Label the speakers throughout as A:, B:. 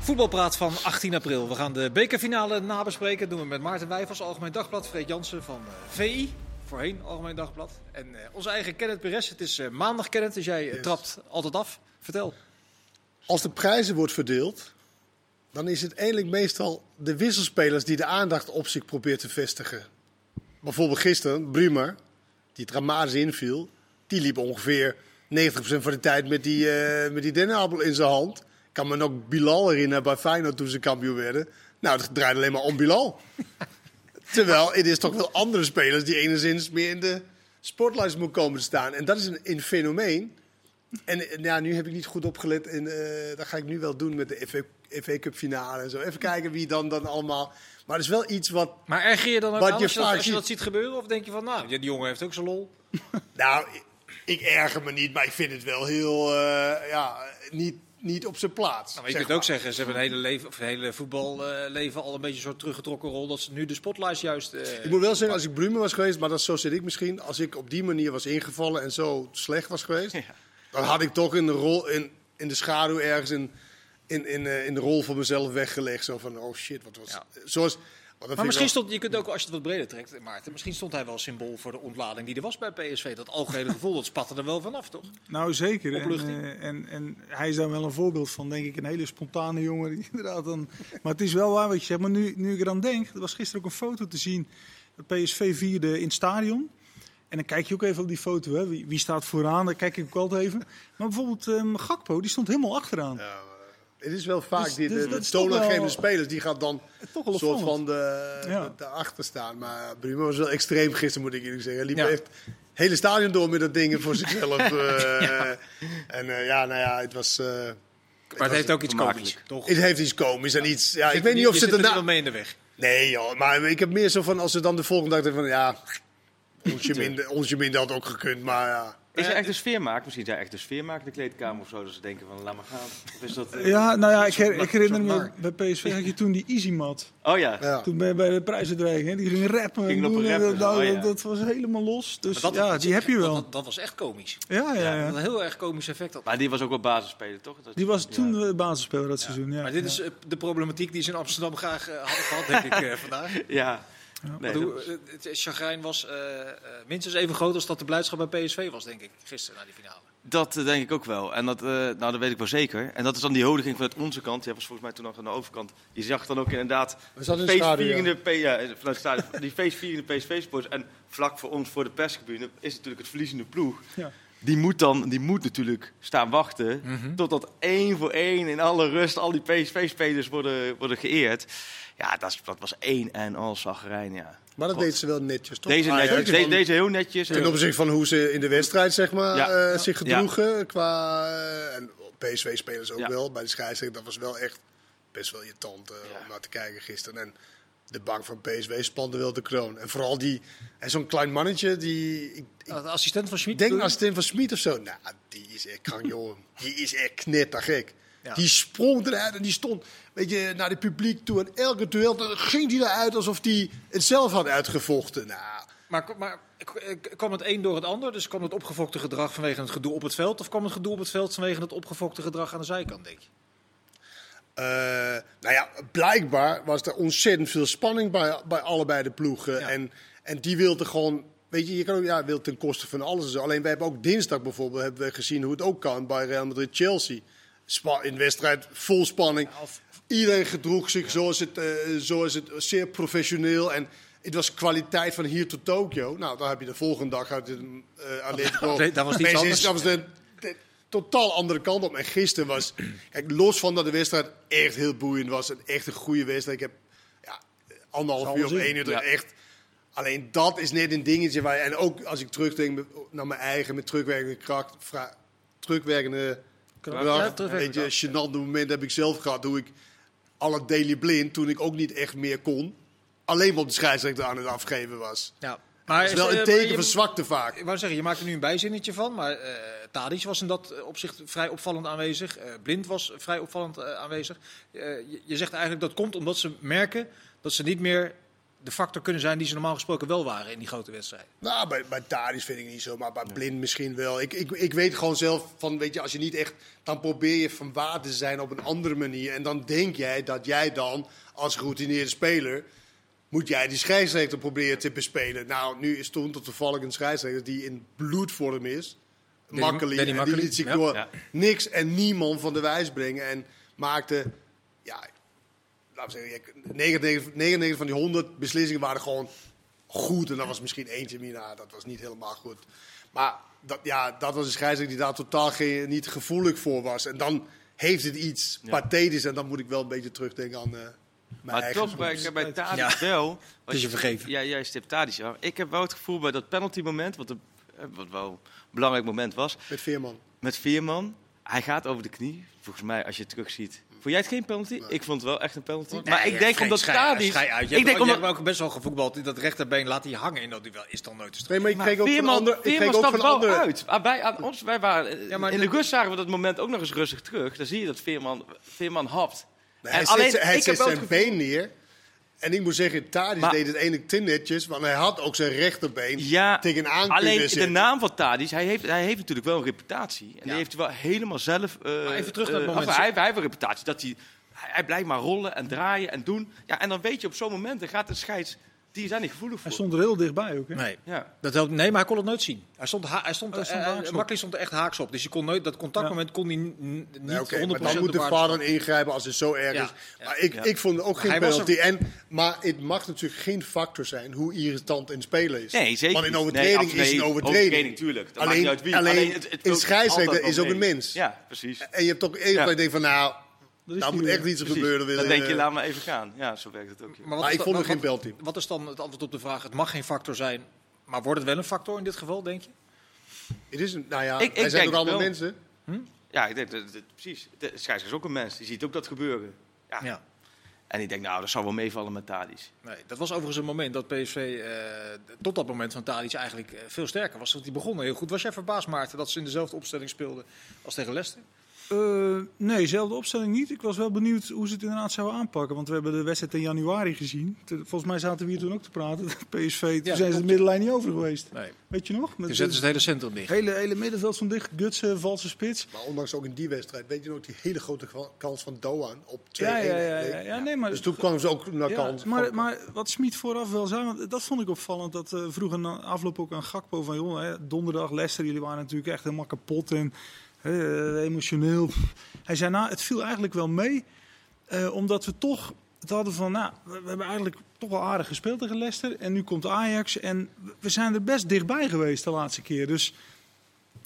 A: Voetbalpraat van 18 april. We gaan de bekerfinale nabespreken. Dat doen we met Maarten Wijvers, Algemeen Dagblad. Freek Jansen van eh, VI, voorheen Algemeen Dagblad. En eh, onze eigen Kenneth Perez. Het is eh, maandag, Kenneth, dus jij eh,
B: Yes.
A: trapt altijd af. Vertel.
B: Als de prijzen wordt verdeeld, dan is het eigenlijk meestal de wisselspelers die de aandacht op zich probeert te vestigen. Bijvoorbeeld gisteren, Brumer, die dramatisch inviel, die liep ongeveer 90% van de tijd met die, eh met die dennenapel in zijn hand. Ik kan me nog Bilal herinneren bij Feyenoord toen ze kampioen werden. Nou, het draaide alleen maar om Bilal. Terwijl het is toch wel andere spelers die enigszins meer in de spotlights moeten komen te staan. En dat is een, een fenomeen. En eh, ja, nu heb ik niet goed opgelet. En eh, dat ga ik nu wel doen met de FA Cup finale en zo. Even kijken wie dan, dan allemaal. Maar het is wel iets wat
A: Maar erger je dan ook
B: Wat
A: aan
B: je
A: als je, dat,
B: vaak
A: als je
B: ziet.
A: dat ziet gebeuren? Of denk je van, nou, ja, die jongen heeft ook zijn lol?
B: Nou, ik- ik erger me niet, maar ik vind het wel heel, eh, ja, niet, niet op zijn plaats.
A: Nou, maar je
B: zeg
A: kunt ook
B: maar.
A: zeggen, ze hebben een hele, leven, of een hele voetballeven al een beetje zo'n teruggetrokken rol. Dat ze nu de spotlights juist... eh,
B: Ik moet wel zeggen, als ik Brumer was geweest, maar dat, zo zit ik misschien. Als ik op die manier was ingevallen en zo slecht was geweest, dan had ik toch in de, rol, in, in de schaduw ergens in, in, in, eh, in de rol van mezelf weggelegd. Zo van, oh shit, wat was...
A: Ja.
B: Zoals, want dat vind ik
A: Maar misschien
B: wel-
A: stond, je kunt ook, als je het wat breder trekt, eh, Maarten, misschien stond hij wel symbool voor de ontlading die er was bij PSV. Dat algehele gevoel, dat spatte er wel vanaf, toch?
C: Nou, zeker. En,
A: Opluchting.
C: eh, en, en hij is daar wel een voorbeeld van, denk ik. Een hele spontane jongen. die Inderdaad dan, maar het is wel waar wat je zegt. Maar nu, nu ik eraan denk, er was gisteren ook een foto te zien. dat PSV vierde in het stadion. En dan kijk je ook even op die foto. Hè. Wie, wie staat vooraan? Daar kijk ik ook altijd even. Maar bijvoorbeeld ehm, Gakpo, die stond helemaal achteraan.
B: Ja, maar het is wel vaak
C: Dus-
B: die,
C: dus
B: de,
C: dat
B: de
C: is toch wel-
B: toonaangevende spelers die gaat dan
C: Toch wel
B: een soort
C: opvallend.
B: van de,
C: Ja.
B: de achter staan. Maar Bruno was wel extreem gisteren, moet ik eerlijk zeggen. Hij liep
A: Ja.
B: echt het hele stadion door met dat ding voor zichzelf. eh, En eh, ja, nou ja, het was. eh,
A: Maar het heeft ook iets komisch, toch?
B: het heeft iets komisch en iets. Ja, ik weet niet of ze
A: er wel
B: daarna.
A: mee in de weg.
B: Nee, joh, maar ik heb meer zo van als ze dan de volgende dag denken van ja, onsje minder, onsje minder had ook gekund, maar ja.
C: Eh,
D: Is er echt een
C: dus-
D: sfeermaak? Misschien is er echt een sfeermaak in de kleedkamer of zo. Dat ze denken van, laat maar gaan. Of is dat... eh,
C: Ja, nou ja, ik, her- ik herinner
A: soort
C: me, bij PSV had je toen die easymat.
D: Oh ja.
B: ja.
C: Toen bij, bij de prijsuitreiking, hè, die ging rappen.
D: Ging
C: en
D: op
C: doen en
D: rappen,
C: dat,
D: oh ja.
C: dat, dat was helemaal los. Dus
A: Maar dat-
C: ja, die heb je wel.
A: Dat, dat was echt komisch.
C: Ja, ja, ja.
A: Dat was een heel erg komisch effect. had.
D: Maar die was ook wel basisspeler, toch? Dat-
C: Die was
D: Ja.
C: toen de basisspeler dat seizoen. Ja.
A: Maar dit
C: Ja.
A: is eh, de problematiek die ze in Amsterdam graag eh, hadden gehad, denk ik, eh, vandaag.
D: Ja. Nee,
A: Want
D: dat
A: hoe-
D: was-
A: eh, het eh, chagrijn was eh, eh, minstens even groot als dat de blijdschap bij PSV was, denk ik, gisteren na die finale.
D: Dat eh, denk ik ook wel. En dat, eh, nou, dat weet ik wel zeker. En dat is dan die hodiging vanuit onze kant. Die was volgens mij toen nog aan de overkant. Je zag dan ook inderdaad
B: We zaten in het stadion.
D: feestvierende, P- ja, eh, vanuit het stadion, die feestvierende PSV-sports. En vlak voor ons, voor de perstribune, is natuurlijk het verliezende ploeg.
C: Ja.
D: Die moet dan, die moet natuurlijk staan wachten totdat één voor één in alle rust al die PSV-spelers worden, worden geëerd. Ja, dat, is- dat was één en al zagrijn, ja.
B: Maar dat
D: God.
B: deed ze wel netjes, toch?
D: Deze,
B: Ah, ja,
D: netjes,
B: ik
D: deze,
B: vond-
D: deze heel netjes.
B: Ten opzichte van hoe ze in de wedstrijd zeg maar,
D: Ja.
B: eh,
D: Ja.
B: zich gedroegen. Qua, eh, en PSV-spelers ook
D: Ja.
B: wel. Bij de scheidsrechter, dat was wel echt best wel irritant eh, om naar te kijken gisteren. En de bank van PSV spande wel de kroon. En vooral die, en zo'n klein mannetje, die, ik, ik
A: Nou, de assistent van Schmid.
B: denk
A: bedoel je?
B: als Tim van Smit of zo. Nou, die is echt krank, joh. Die is echt knettergek.
A: Ja.
B: Die sprong eruit en die stond weet je, naar het publiek toe. En elke duel dan ging die eruit alsof die het zelf had uitgevochten. Nou,
A: Maar, maar eh, kwam het een door het ander? Dus kwam het opgefokte gedrag vanwege het gedoe op het veld? Of kwam het gedoe op het veld vanwege het opgefokte gedrag aan de zijkant, denk je?
B: Eh, nou ja, blijkbaar was er ontzettend veel spanning bij, bij allebei de ploegen.
A: Ja.
B: En, en die wilde gewoon. Weet je, je kan ook, ja, wil ten koste van alles. en zo. Alleen wij hebben ook dinsdag bijvoorbeeld hebben we gezien hoe het ook kan bij Real Madrid Chelsea. Spa in de wedstrijd vol spanning. Iedereen gedroeg zich zoals, het, eh, zoals het zeer professioneel. En het was kwaliteit van hier tot Tokio. Nou, dan heb je de volgende dag uit een eh Atletico.
A: Nee, dat was iets
B: Mensen in
A: anders.
B: dat was de, de totaal andere kant op. En gisteren was, kijk, los van dat de wedstrijd echt heel boeiend was. En echt een goede wedstrijd. Ik heb ja, anderhalf uur op
C: zien.
B: één uur er
D: Ja.
B: echt. Alleen dat is net een dingetje waar. En ook als ik terugdenk naar mijn eigen met terugwerkende kracht. vra- terugwerkende kracht.
A: Ja,
B: weet
A: terugwerkende
B: je, gênante moment heb ik zelf gehad. Hoe ik alle daily blind, toen ik ook niet echt meer kon. Alleen maar op de scheidsrechter aan het afgeven was.
A: Ja. Maar
B: Dat is wel
A: eh,
B: een
A: maar
B: teken
A: je-
B: van zwakte vaak.
A: Ik wou zeggen, je maakt er nu een bijzinnetje van. Maar eh Tadic was in dat eh, opzicht vrij opvallend aanwezig. Eh, Blind was vrij opvallend eh, aanwezig. Eh, je, je zegt eigenlijk dat komt omdat ze merken dat ze niet meer de factor kunnen zijn die ze normaal gesproken wel waren in die grote wedstrijden.
B: Nou, bij, bij Tadic vind ik niet zo, maar bij Blind misschien wel. Ik, ik, ik weet gewoon zelf van, weet je, als je niet echt... Dan probeer je van waarde te zijn op een andere manier. En dan denk jij dat jij dan, als geroutineerde speler... Moet jij die scheidsrechter proberen te bespelen. Nou, nu is toen tot toevallig een scheidsrechter die in bloedvorm is.
A: Danny-
B: Makkeli.
A: Danny
B: En die
A: Makkeli,
B: liet zich
A: ja.
B: door
D: Ja.
B: niks en niemand van de wijs brengen. En maakte, ja, laten we zeggen, 99, 99 van die 100 beslissingen waren gewoon goed. En dat was misschien eentje meer, nou, dat was niet helemaal goed. Maar dat, ja, dat was een scheidsrechter die daar totaal geen, niet gevoelig voor was. En dan heeft het iets pathetisch. En dan moet ik wel een beetje terugdenken aan eh, mijn
D: Maar
B: eigen
D: toch bij, bij Tadic
A: Ja.
D: wel.
A: Het is je vergeven.
D: Ja, jij stipt Tadic af. Ik heb wel het gevoel bij dat penalty moment, wat, een, eh, wat wel een belangrijk moment was,
B: Met Veerman.
D: met Veerman. Hij gaat over de knie. Volgens mij, als je het terugziet.
B: Hmm.
D: Vond jij het geen penalty? Ik vond het wel echt een penalty. maar ik denk omdat Tadic...
A: uit. Je
D: Ik denk omdat...
A: ook best wel gevoetbald. Dat rechterbeen laat hij hangen in dat duel. Is dan nooit te
B: Nee, maar ik kreeg ook van
D: Veerman,
B: ander, ik
D: Veerman
B: kreeg ook
D: stapt
B: van
D: wel
B: ander.
D: uit. Maar bij, aan ons, wij waren,
A: Ja, maar
D: in de
A: dit-
D: rust zagen we dat moment ook nog eens rustig terug. Dan zie je dat Veerman, Veerman hapt.
B: Nee,
D: En
B: hij
D: alleen,
B: zet, hij
D: ik heb
B: zet
D: wel het
B: zijn been neer. En ik moet zeggen, Tadic
D: Maar-
B: deed het ene te netjes, want hij had ook zijn rechterbeen
D: Ja,
B: tegenaan
D: alleen
B: kunnen
D: de
B: zitten.
D: naam van Tadic, hij heeft, hij heeft natuurlijk wel een reputatie. En die heeft hij wel helemaal zelf... eh,
A: even terug naar het
D: eh,
A: moment.
D: af- hij, hij heeft een reputatie dat hij... Hij hij blijft maar rollen en draaien en doen. Ja, en dan weet je op zo'n moment, dan gaat de scheids... Die is daar niet gevoelig
C: Hij
D: voor.
C: stond er heel dichtbij ook. Hè?
A: Nee.
D: Ja.
A: Dat helpt, nee, maar hij kon het nooit zien. Hij stond, ha- hij stond,
C: Oh, hij stond
A: eh, eh,
C: haaks op.
A: Makkeli stond er echt haaks op. Dus je kon nooit, dat contactmoment kon hij n- n- niet
B: Nee, oké,
A: 100%
B: maar dan moet
A: op
B: de
A: waarde
B: VAR dan ingrijpen als het zo erg
A: Ja,
B: is.
A: ja,
B: Maar ik,
D: ja.
B: ik vond ook geen
A: hij was
B: penalty. En, maar het mag natuurlijk geen factor zijn hoe irritant een speler is.
D: Nee, zeker
B: Want een
D: niet.
B: overtreding
D: Nee, af-
B: is
D: nee,
B: een overtreding.
D: overtreding, tuurlijk. Dat
B: Alleen-
D: maakt niet uit wie.
B: alleen
D: het- het
B: een
D: loopt
B: scheidsrechter
D: altijd
B: is ook een
D: overtreding.
B: mens.
D: Ja, precies.
B: En je hebt toch eerder
D: Ja.
B: dat je denkt van, nou,
C: is
B: daar
C: die
B: moet
C: weer.
B: echt iets
D: precies.
B: gebeuren. willen
D: Dan denk je,
B: we-
D: laat maar even gaan. Ja, zo werkt het ook. ja.
A: wat
B: Maar
A: is
B: ik
A: dan-
B: vond er
A: wat-
B: geen penalty.
A: Wat is dan het antwoord op de vraag? Het mag geen factor zijn, maar wordt het wel een factor in dit geval, denk je?
B: Het is een, nou ja,
D: Ik- ik
B: wij
D: denk
B: zijn ook allemaal
D: wel.
B: mensen.
D: Ja, ik denk, dat, dat- precies. De scheidsrechter is ook een mens. Die ziet ook dat gebeuren. Ja.
A: Ja.
D: En die denkt, nou, dat zal wel meevallen met Tadic.
A: Nee, dat was overigens een moment dat PSV eh, tot dat moment van Tadic eigenlijk eh, veel sterker was. Want die begonnen heel goed. Was jij verbaasd, Maarten, dat ze in dezelfde opstelling speelden als tegen Leicester?
C: Eh, nee, zelfde opstelling niet. Ik was wel benieuwd hoe ze het inderdaad zouden aanpakken. Want we hebben de wedstrijd in januari gezien. Te- volgens mij zaten we hier toen ook te praten. PSV, toen
A: Ja,
C: zijn ze de
A: klopt.
C: middenlijn niet over geweest.
A: Nee.
C: Weet je nog? Met
A: Toen zetten ze het hele centrum
C: het
A: dicht.
C: hele, hele middenveld van dicht. Gutsen, valse spits.
B: Maar ondanks ook in die wedstrijd, weet je nog, die hele grote kwa- kans van Doan op 2-1.
C: Ja, ja, ja, ja, ja. Nee, maar
B: Dus toen kwamen ze ook naar
C: Ja,
B: kans.
C: maar, maar wat Smit vooraf wel zei, want dat vond ik opvallend. Dat eh vroeger na afloop ook aan Gakpo van, joh, hè, donderdag Leicester, jullie waren natuurlijk echt helemaal kapot en eh, emotioneel. Hij zei, nou, het viel eigenlijk wel mee, eh, omdat we toch het hadden van, nou, we, we hebben eigenlijk toch wel aardig gespeeld tegen Leicester. En nu komt Ajax en we- we zijn er best dichtbij geweest de laatste keer. Dus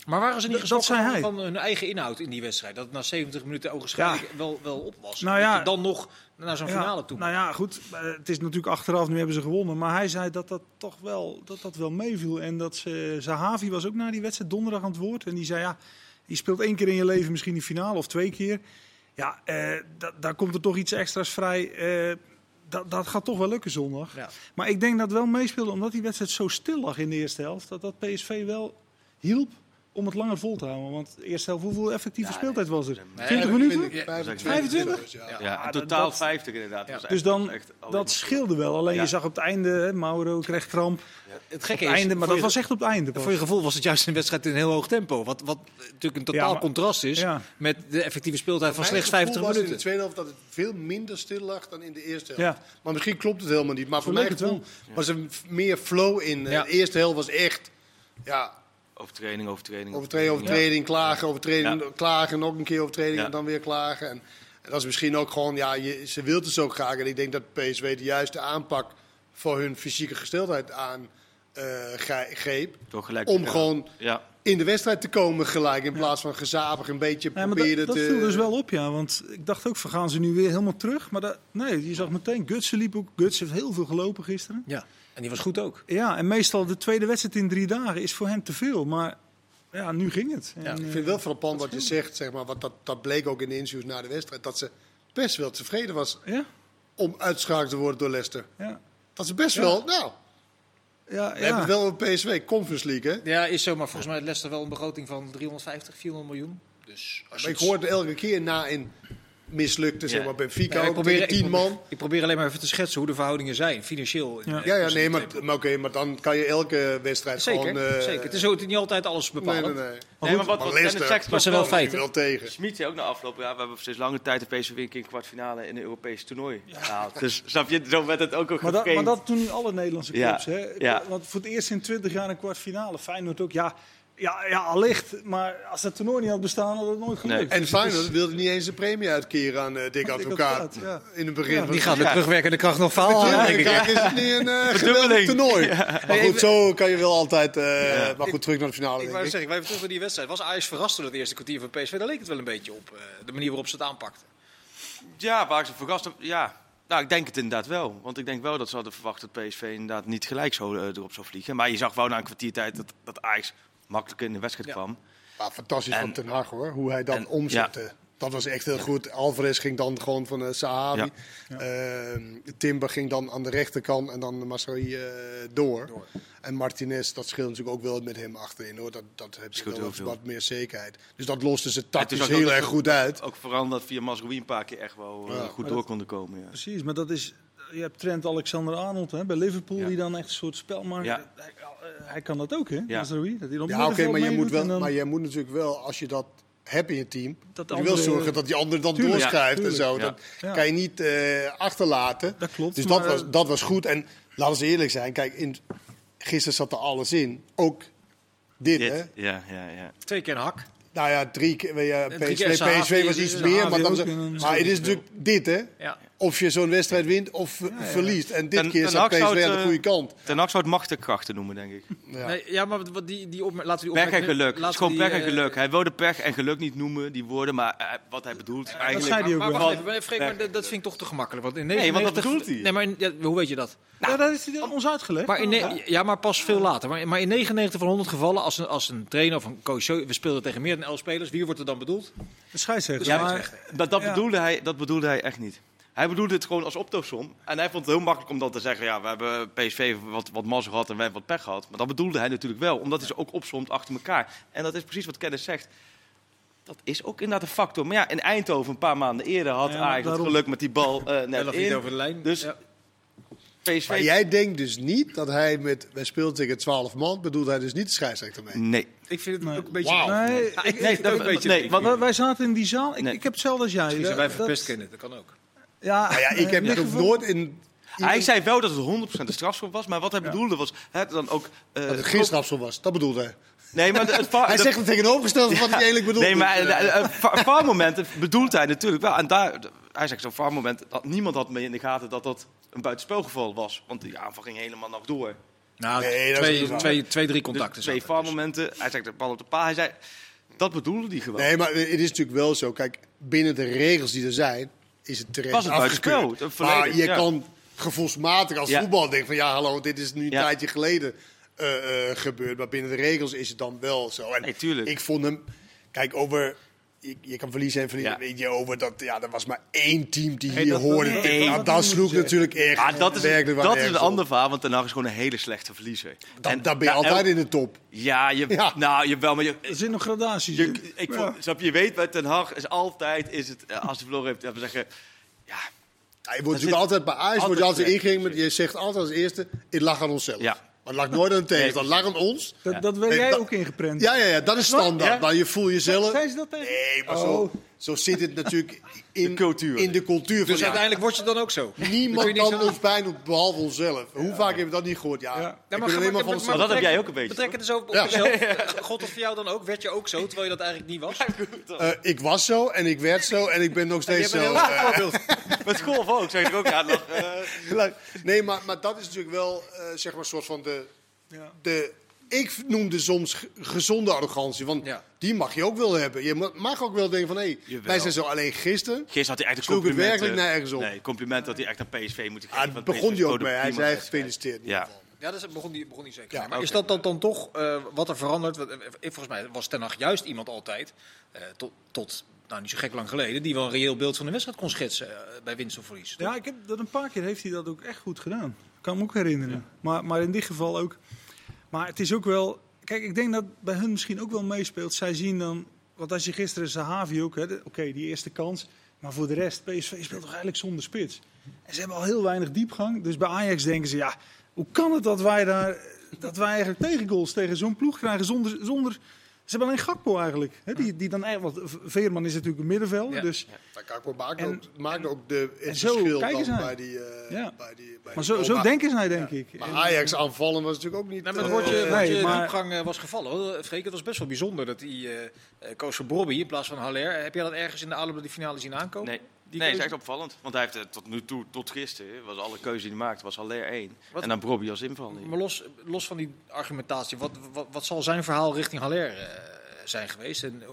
A: Maar waren ze niet
C: Dat- dat
A: geschrokken
C: zei hij.
A: van hun eigen inhoud in die wedstrijd? Dat het na 70 minuten ogenschijnlijk wel, wel op was.
C: Nou
A: Dat
C: ja.
A: je dan nog naar zo'n finale
C: ja,
A: toe
C: Nou ja, goed, eh, het is natuurlijk achteraf, nu hebben ze gewonnen. Maar hij zei dat dat toch wel, dat dat wel meeviel. En dat ze, Zahavi was ook na die wedstrijd donderdag aan het woord. En die zei, ja, je speelt één keer in je leven misschien die finale of twee keer. Ja, eh, da- daar komt er toch iets extra's vrij. Eh, dat, dat gaat toch wel lukken zondag.
A: Ja.
C: Maar ik denk dat het wel meespeelde, omdat die wedstrijd zo stil lag in de eerste helft. Dat dat PSV wel hielp om het langer vol te houden. Want de eerste helft, hoeveel effectieve
D: Ja,
C: speeltijd was er?
D: nee.
C: 20 minuten?
A: Ja,
C: 25?
B: Ja.
A: Ja.
D: Ja, in
C: dat-
D: totaal
C: dat-
D: 50 inderdaad.
A: Ja.
D: Dat was
C: Dus
D: echt-
C: dan,
D: was echt alleen
C: dat
D: maar-
C: scheelde wel. Alleen
D: Ja.
C: je zag op het einde, hè, Mauro kreeg kramp.
A: Het gekke
C: Het
A: is,
C: einde, maar
A: voor
C: dat
A: je-
C: was echt op het einde. pas.
A: Voor je gevoel was het juist een wedstrijd in een heel hoog tempo. Wat, wat natuurlijk een totaal
C: Ja, maar-
A: contrast is
C: ja.
A: met de effectieve speeltijd van
B: Mijn
A: slechts
B: gevoel
A: 50
B: was in de
A: minuten.
B: tweede helft dat het veel minder stil lag dan in de eerste helft.
C: Ja.
B: Maar misschien klopt het helemaal niet. Maar voor
C: leek
B: mij
C: het wel.
B: was er f- meer flow in.
A: Ja.
B: De eerste helft was echt ja,
D: Overtreding, overtreding.
B: overtreding, overtreding, klagen, overtreding,
D: Ja.
B: klagen, nog een keer overtreding
D: Ja.
B: en dan weer klagen. En, en dat is misschien ook gewoon, ja, je, ze wil het zo graag. En ik denk dat PSW de juiste aanpak voor hun fysieke gesteldheid aan eh, gre- greep.
D: Ja. Toch gelijk.
B: Om
D: ja.
B: gewoon
D: Ja.
B: in de wedstrijd te komen gelijk, in plaats van gezapig een beetje
C: Ja, maar
B: proberen
C: dat, dat
B: te...
C: viel dus wel op, ja. Want ik dacht ook, van, gaan ze nu weer helemaal terug? Maar dat, nee, je zag meteen, Gutsen liep ook. Gutsen heeft heel veel gelopen gisteren.
A: Ja, en die was goed ook.
C: Ja, en meestal de tweede wedstrijd in drie dagen is voor hem te veel. Maar ja, nu ging het. En,
A: Ja, ik
C: eh,
B: Ik vind het wel frappant wat je zegt, zeg maar, want dat, dat bleek ook in de interviews na de wedstrijd, dat ze best wel tevreden was
C: eh, ja,
B: om uitschakeld te worden door Leicester.
C: ja.
B: Dat ze best
C: Ja.
B: wel, nou,
C: Ja,
B: we hebben
C: ja.
B: het wel een PSV Conference League, hè?
A: Ja, is zo, maar volgens mij had Leicester wel een begroting van 350, 400 miljoen. Dus als
B: Maar ik
A: het-
B: hoorde elke keer na in mislukte, zeg
D: Ja.
B: maar, Benfica
A: Nee,
B: ook, tegen
A: ik,
B: tien man.
A: ik probeer alleen maar even te schetsen hoe de verhoudingen zijn, financieel. in,
C: Ja.
A: eh,
B: Ja, ja
A: tussen
B: nee,
A: de
B: maar,
A: twee ploegen.
B: maar oké, maar dan kan je elke wedstrijd
A: Zeker,
B: gewoon... eh,
A: zeker. Het is ook niet altijd alles
B: Nee,
A: bepalend.
B: nee, nee.
D: Nee, maar
B: maar
D: wat, wat
B: Leicester-
D: Dennis zegt,
A: Maar ze wel
D: klopt
A: feiten.
B: Wel tegen.
D: Schmid zei ook na afloop, ja, we hebben sinds lange tijd de PSV weer een keer een kwartfinale in een Europees toernooi gehaald. Dus snap je, zo werd het ook ook
C: Maar dat, maar
D: geframed.
C: dat doen alle Nederlandse
D: Ja,
C: clubs. Hè?
D: ja.
C: Want voor het eerst in 20 jaar een kwartfinale. Feyenoord ook. Ja, ja, ja, allicht. Maar als dat toernooi niet had bestaan, had het nooit gelukt. Dus
D: Nee.
B: En Feyenoord wilde niet eens een premie uitkeren aan eh Dick
C: Dick
B: Advocaat.
C: Advocaat,
B: In het begin.
C: Ja,
B: van
A: Die gaat de
D: Ja.
A: terugwerkende kracht nog faal halen, denk ik.
B: Kijk, is het niet een eh, geweldig
D: Verdubbeling.
B: toernooi. Maar goed, zo kan je wel altijd... eh, Maar goed, terug naar de finale,
A: Ik
B: denk
A: wou
B: ik.
A: zeggen, wij even terug naar die wedstrijd. Was Ajax verrast door het eerste kwartier van PSV? Daar leek het wel een beetje op, eh, de manier waarop ze het aanpakten.
D: Ja, waar ik ze verrast heb, ja. Nou, ik denk het inderdaad wel. Want ik denk wel dat ze hadden verwacht dat PSV inderdaad niet gelijk zo eh, erop zou vliegen. Maar je zag wel na een kwartiertijd dat, dat Ajax makkelijk in de wedstrijd
A: Ja.
D: kwam.
B: Maar Ah, fantastisch
D: En-
B: van Ten Hag, hoor. Hoe hij dat
D: en-
B: omzette. Dat was echt heel goed. Alvarez ging dan gewoon van eh, Sahabi. Ehm, Timber ging dan aan de rechterkant en dan Masroi eh, door.
A: Door.
B: En Martinez, dat scheelt natuurlijk ook wel met hem achterin. Hoor. Dat, dat heb je
D: Scheelt
B: wel
D: heel
B: wat,
D: veel.
B: wat meer zekerheid. Dus dat loste ze
D: En
B: tactisch
D: toen zag
B: heel
D: ik ook
B: erg
D: dat-
B: goed uit.
D: Ook vooral dat via Mazraoui een paar keer echt wel eh,
B: Ja.
D: goed door konden komen. Ja.
C: Precies, maar dat is. Je hebt Trent Alexander-Arnold hè, bij Liverpool,
D: Ja.
C: die dan echt een soort spel maakt.
D: Ja.
C: Hij, eh, hij kan dat ook, hè? Ja, dat hij dan op
B: Ja, oké,
C: middenveld
B: maar, je
C: meedoet
B: moet wel,
C: en dan-
B: maar je moet natuurlijk wel, als je dat hebt in je team,
C: Dat
B: je wil
C: andere-
B: zorgen dat die ander dan
C: Tuurlijk,
B: doorschrijft
C: ja,
B: en zo.
D: tuurlijk,
B: Dat
C: ja.
B: kan je niet eh, achterlaten.
C: Dat klopt,
B: Dus
C: maar-
B: dat, was, dat was goed. En laten we eerlijk zijn, kijk, in, gisteren zat er alles in. Ook dit, hè?
D: Dit, ja, ja, ja.
A: Twee keer een hak.
B: Nou ja, drie keer. Ja,
A: En drie
B: PSV,
A: keer Sahavi,
B: PSV was
A: dus
B: iets
A: Sahavi
B: meer. Maar, dan,
C: ook
B: ze-
C: in een-
B: maar het is natuurlijk dit, hè?
A: Ja.
B: Of je zo'n wedstrijd wint of verliest. En dit
D: Ten-
B: keer
D: Ten
B: zat
D: Hag
B: PSV
D: zou
B: aan
D: het,
B: de
D: eh,
B: goede kant.
D: Ten Hag zou het machtig krachten noemen, denk ik.
B: Ja.
A: Nee, ja, maar wat- wat die, die opmer- laten we die
D: Pech en
A: opmerking...
D: geluk. Het is
A: laten we
D: gewoon
A: die,
D: pech en
A: eh,
D: geluk. Hij wilde pech en geluk niet noemen, die woorden. Maar eh, wat hij bedoelt eigenlijk...
C: zei hij ook
A: Maar
C: wel.
A: wacht even, maar Freek, maar
D: Pech.
A: dat dat vind ik toch te gemakkelijk. Want in
D: Nee, want dat
A: 99
D: bedoelt
A: Nee,
D: hij.
A: maar in- ja, hoe weet je dat?
B: Nou.
C: ja, dat is hij dan ons uitgelegd.
A: Maar in ne-
C: Ja.
A: ja, maar pas veel later. Maar, maar in 99 van 100 gevallen, als een, als een trainer of een coach... zo- We speelden tegen meer dan 11 spelers. Wie wordt er dan bedoeld?
C: De scheidsrechter.
D: Ja,
C: maar-
D: maar dat, dat,
C: Ja.
D: bedoelde hij, dat bedoelde hij echt niet. Hij bedoelde het gewoon als optosom. En hij vond het heel makkelijk om dan te zeggen... ja, we hebben PSV wat, wat mazzel gehad en wij hebben wat pech gehad. Maar dat bedoelde hij natuurlijk wel, omdat hij ze ook opsomt achter elkaar. En dat is precies wat Kenneth zegt. Dat is ook inderdaad een factor. Maar ja, in Eindhoven een paar maanden eerder had
C: Ja, maar
D: Ajax het
C: daarom-
D: geluk met die bal eh net
A: Wel of niet
D: in.
A: over de lijn.
D: Dus
A: Ja.
D: PSV...
B: Maar jij denkt dus niet dat hij met. Wij speelden tegen 12 man, bedoelt hij dus niet de scheidsrechter mee.
D: Nee.
A: Ik vind het
C: Nee.
A: ook een beetje...
B: Wauw.
C: Nee,
A: Ja, Ah, ik
D: Nee,
A: vind het ook
D: dat-
A: een beetje...
D: nee, want-
C: wij- wij zaten in die zaal. Ik,
D: Nee.
C: ik heb hetzelfde als jij.
A: Misschien zijn
C: Dat-
A: wij verpest
C: dat-
A: kennen. Dat kan ook.
C: Ja,
B: Nou ja, ik heb
C: in
B: het
C: ieder
B: ook
C: geval-
B: nooit in.
D: Hij zei wel dat het 100% de strafschop was, maar wat hij bedoelde was hè, dan ook... eh,
B: Dat het geen strafsel was, dat bedoelde hij.
D: Nee, maar de- het va-
B: Hij
D: de-
B: zegt het tegenovergestelde van wat hij eigenlijk bedoelde.
D: Ah, Nee, maar eh, een VAR-moment bedoelt hij natuurlijk wel. En daar, hij zegt zo'n VAR-moment, dat niemand had mee in de gaten dat dat een buitenspelgeval was. Want die aanval ging helemaal nog door.
A: Nou,
B: Nee, dat is niet
A: twee,
B: waar.
A: twee, twee, drie
D: Dus
A: contacten.
D: twee
A: zaten er tussen.
D: VAR-momenten, hij zegt de bal op de paal. Hij zei, dat bedoelde hij gewoon.
B: Nee, maar het is natuurlijk wel zo. Kijk, binnen de regels die er zijn, is het terecht
D: Was het
B: afgekeurd.
D: buitenspel, eh, volledig,
B: Maar je
D: ja.
B: kan gevoelsmatig als
D: Ja.
B: voetbal denken van ja, hallo, dit is nu een
D: Ja.
B: tijdje geleden eh, eh, gebeurd. Maar binnen de regels is het dan wel zo. En
D: Nee, tuurlijk.
B: Ik vond hem, kijk, over... Je, je kan verliezen en verliezen.
D: Ja.
B: Weet je, over dat, ja, er was maar één team die hier
C: dat-
B: hoorde.
C: nee,
B: Nou,
C: dat
B: dat
C: moet
B: sloeg
C: je-
B: natuurlijk echt.
D: Maar Ah, dat is,
B: werkelijk waar
D: dat is
B: nergens
D: een
B: op.
D: ander verhaal, want Den Haag is gewoon een hele slechte verliezer.
B: Dan,
D: En
B: dan ben je
D: na
B: altijd in
D: elk-
B: de top.
D: Ja, je,
B: Ja.
D: nou, je wel, maar je,
C: Er zitten nog gradaties in.
D: Je, ik
C: Ja.
D: vond, snap je, je weet bij Ten Hag is altijd, is het, eh, als de verloren heeft, dat we zeggen,
B: Ja,
D: ja,
B: je wordt
D: zit
B: natuurlijk altijd bij Ajax wordt je
D: altijd
B: altijd
D: slecht.
B: ingering met je zegt altijd als eerste, het lag aan onszelf.
D: Ja.
B: Maar het lag nooit aan de tegenstander, het lag aan ons.
C: Dat, dat werd
B: Nee,
C: jij
B: dat-
C: ook ingeprent.
B: Ja, ja, ja, dat is standaard.
D: Ja.
B: Maar je voelt jezelf.
C: Zijn ze dat tegen?
B: Nee, maar zo,
C: Oh.
B: zo zit het natuurlijk in
D: De cultuur.
B: In de cultuur van
A: Dus
B: ja,
A: uiteindelijk word je dan ook zo. Dan kun je
B: niemand
A: niks
B: kan
A: aan-
B: ons pijn doen behalve onszelf. Hoe vaak hebben we dat niet gehoord? Ja,
C: Ja.
B: ja.
C: Ja,
A: Ja,
B: maar, alleen maar van
D: maar-
B: onszelf.
D: dat heb jij ook een beetje,
A: Betrek het dus ook op
B: Ja.
A: jezelf. God, of voor jou dan ook? Werd je ook zo, terwijl je dat eigenlijk niet was?
B: Eh, ik was zo en ik werd zo en ik ben nog steeds
A: bent
B: zo.
A: heel
B: Eh,
D: met golf ook, zeg ik ook, ja, dat, eh,
B: nee, maar, maar dat is natuurlijk wel eh, zeg maar een soort van de,
C: Ja.
B: de. Ik noemde soms ge- gezonde arrogantie. Want
A: Ja.
B: die mag je ook wel hebben. Je ma- mag ook wel denken van hé,
D: Jawel.
B: wij zijn zo alleen gisteren.
D: Gisteren had hij echt een
B: Sloeg het
D: compliment.
B: werkelijk
D: eh,
B: nergens op.
D: Nee, compliment dat hij echt aan PSV moet geven.
B: Ah,
D: want
B: begon
D: PSV
B: hij ook
D: speelde
B: mee. Hij
D: prima
B: zei
D: wedstrijd.
B: gefeliciteerd. in
D: Ja.
B: ieder geval.
A: Ja, dat is- begon die, begon die zeker.
B: Ja,
A: Nee, maar
D: oké.
A: is dat dan, dan toch eh, wat er verandert? Wat, eh, ik- volgens mij was Ten Hag juist iemand altijd, eh, tot, tot nou, niet zo gek lang geleden, die wel een reëel beeld van de wedstrijd kon schetsen eh, bij winst of verlies.
C: Ja, ik heb dat een paar keer heeft hij dat ook echt goed gedaan. Kan me ook herinneren. Maar, maar in dit geval ook. Maar het is ook wel. Kijk, ik denk dat bij hun misschien ook wel meespeelt. Zij zien dan. Want als je gisteren Sahavi ook. hè, de- Oké, die eerste kans. Maar voor de rest, PSV speelt toch eigenlijk zonder spits. En ze hebben al heel weinig diepgang. Dus bij Ajax denken ze, ja, hoe kan het dat wij daar dat wij eigenlijk tegengoals tegen zo'n ploeg krijgen zonder, zonder ze hebben alleen Gakpo eigenlijk. Hè, die, die dan, echt- want Veerman is natuurlijk een middenveld.
A: Ja.
C: Dus,
B: Dan Kakpo maakte,
C: En-
B: ook, maakte ook de, het
C: en zo
B: verschil
C: kijken
B: dan
C: ze naar.
B: bij die, eh,
C: Ja.
B: bij die bij
C: maar
B: die
C: zo, zo
B: Roma.
C: denken zij, denk ik.
B: Maar
C: En-
B: Ajax aanvallen was natuurlijk ook niet...
A: Nee, maar het
B: eh,
A: woordje,
B: eh,
A: woordje
C: nee, maar-
A: diepgang eh, was gevallen. Hoor. Freek, het was best wel bijzonder dat die eh eh, koos voor Brobby in plaats van Haller. Eh, Heb jij dat ergens in de aanloop naar die finale zien aankomen?
D: Nee.
A: Die
D: nee,
A: keuze?
D: is echt opvallend. Want hij heeft eh, tot nu toe, tot gisteren, eh, was alle keuze die hij maakte, was alleen één.
A: Wat-
D: En dan Brobby als invaller.
A: Maar los, los van die argumentatie, wat, wat, wat zal zijn verhaal richting Haller eh, zijn geweest? En, eh,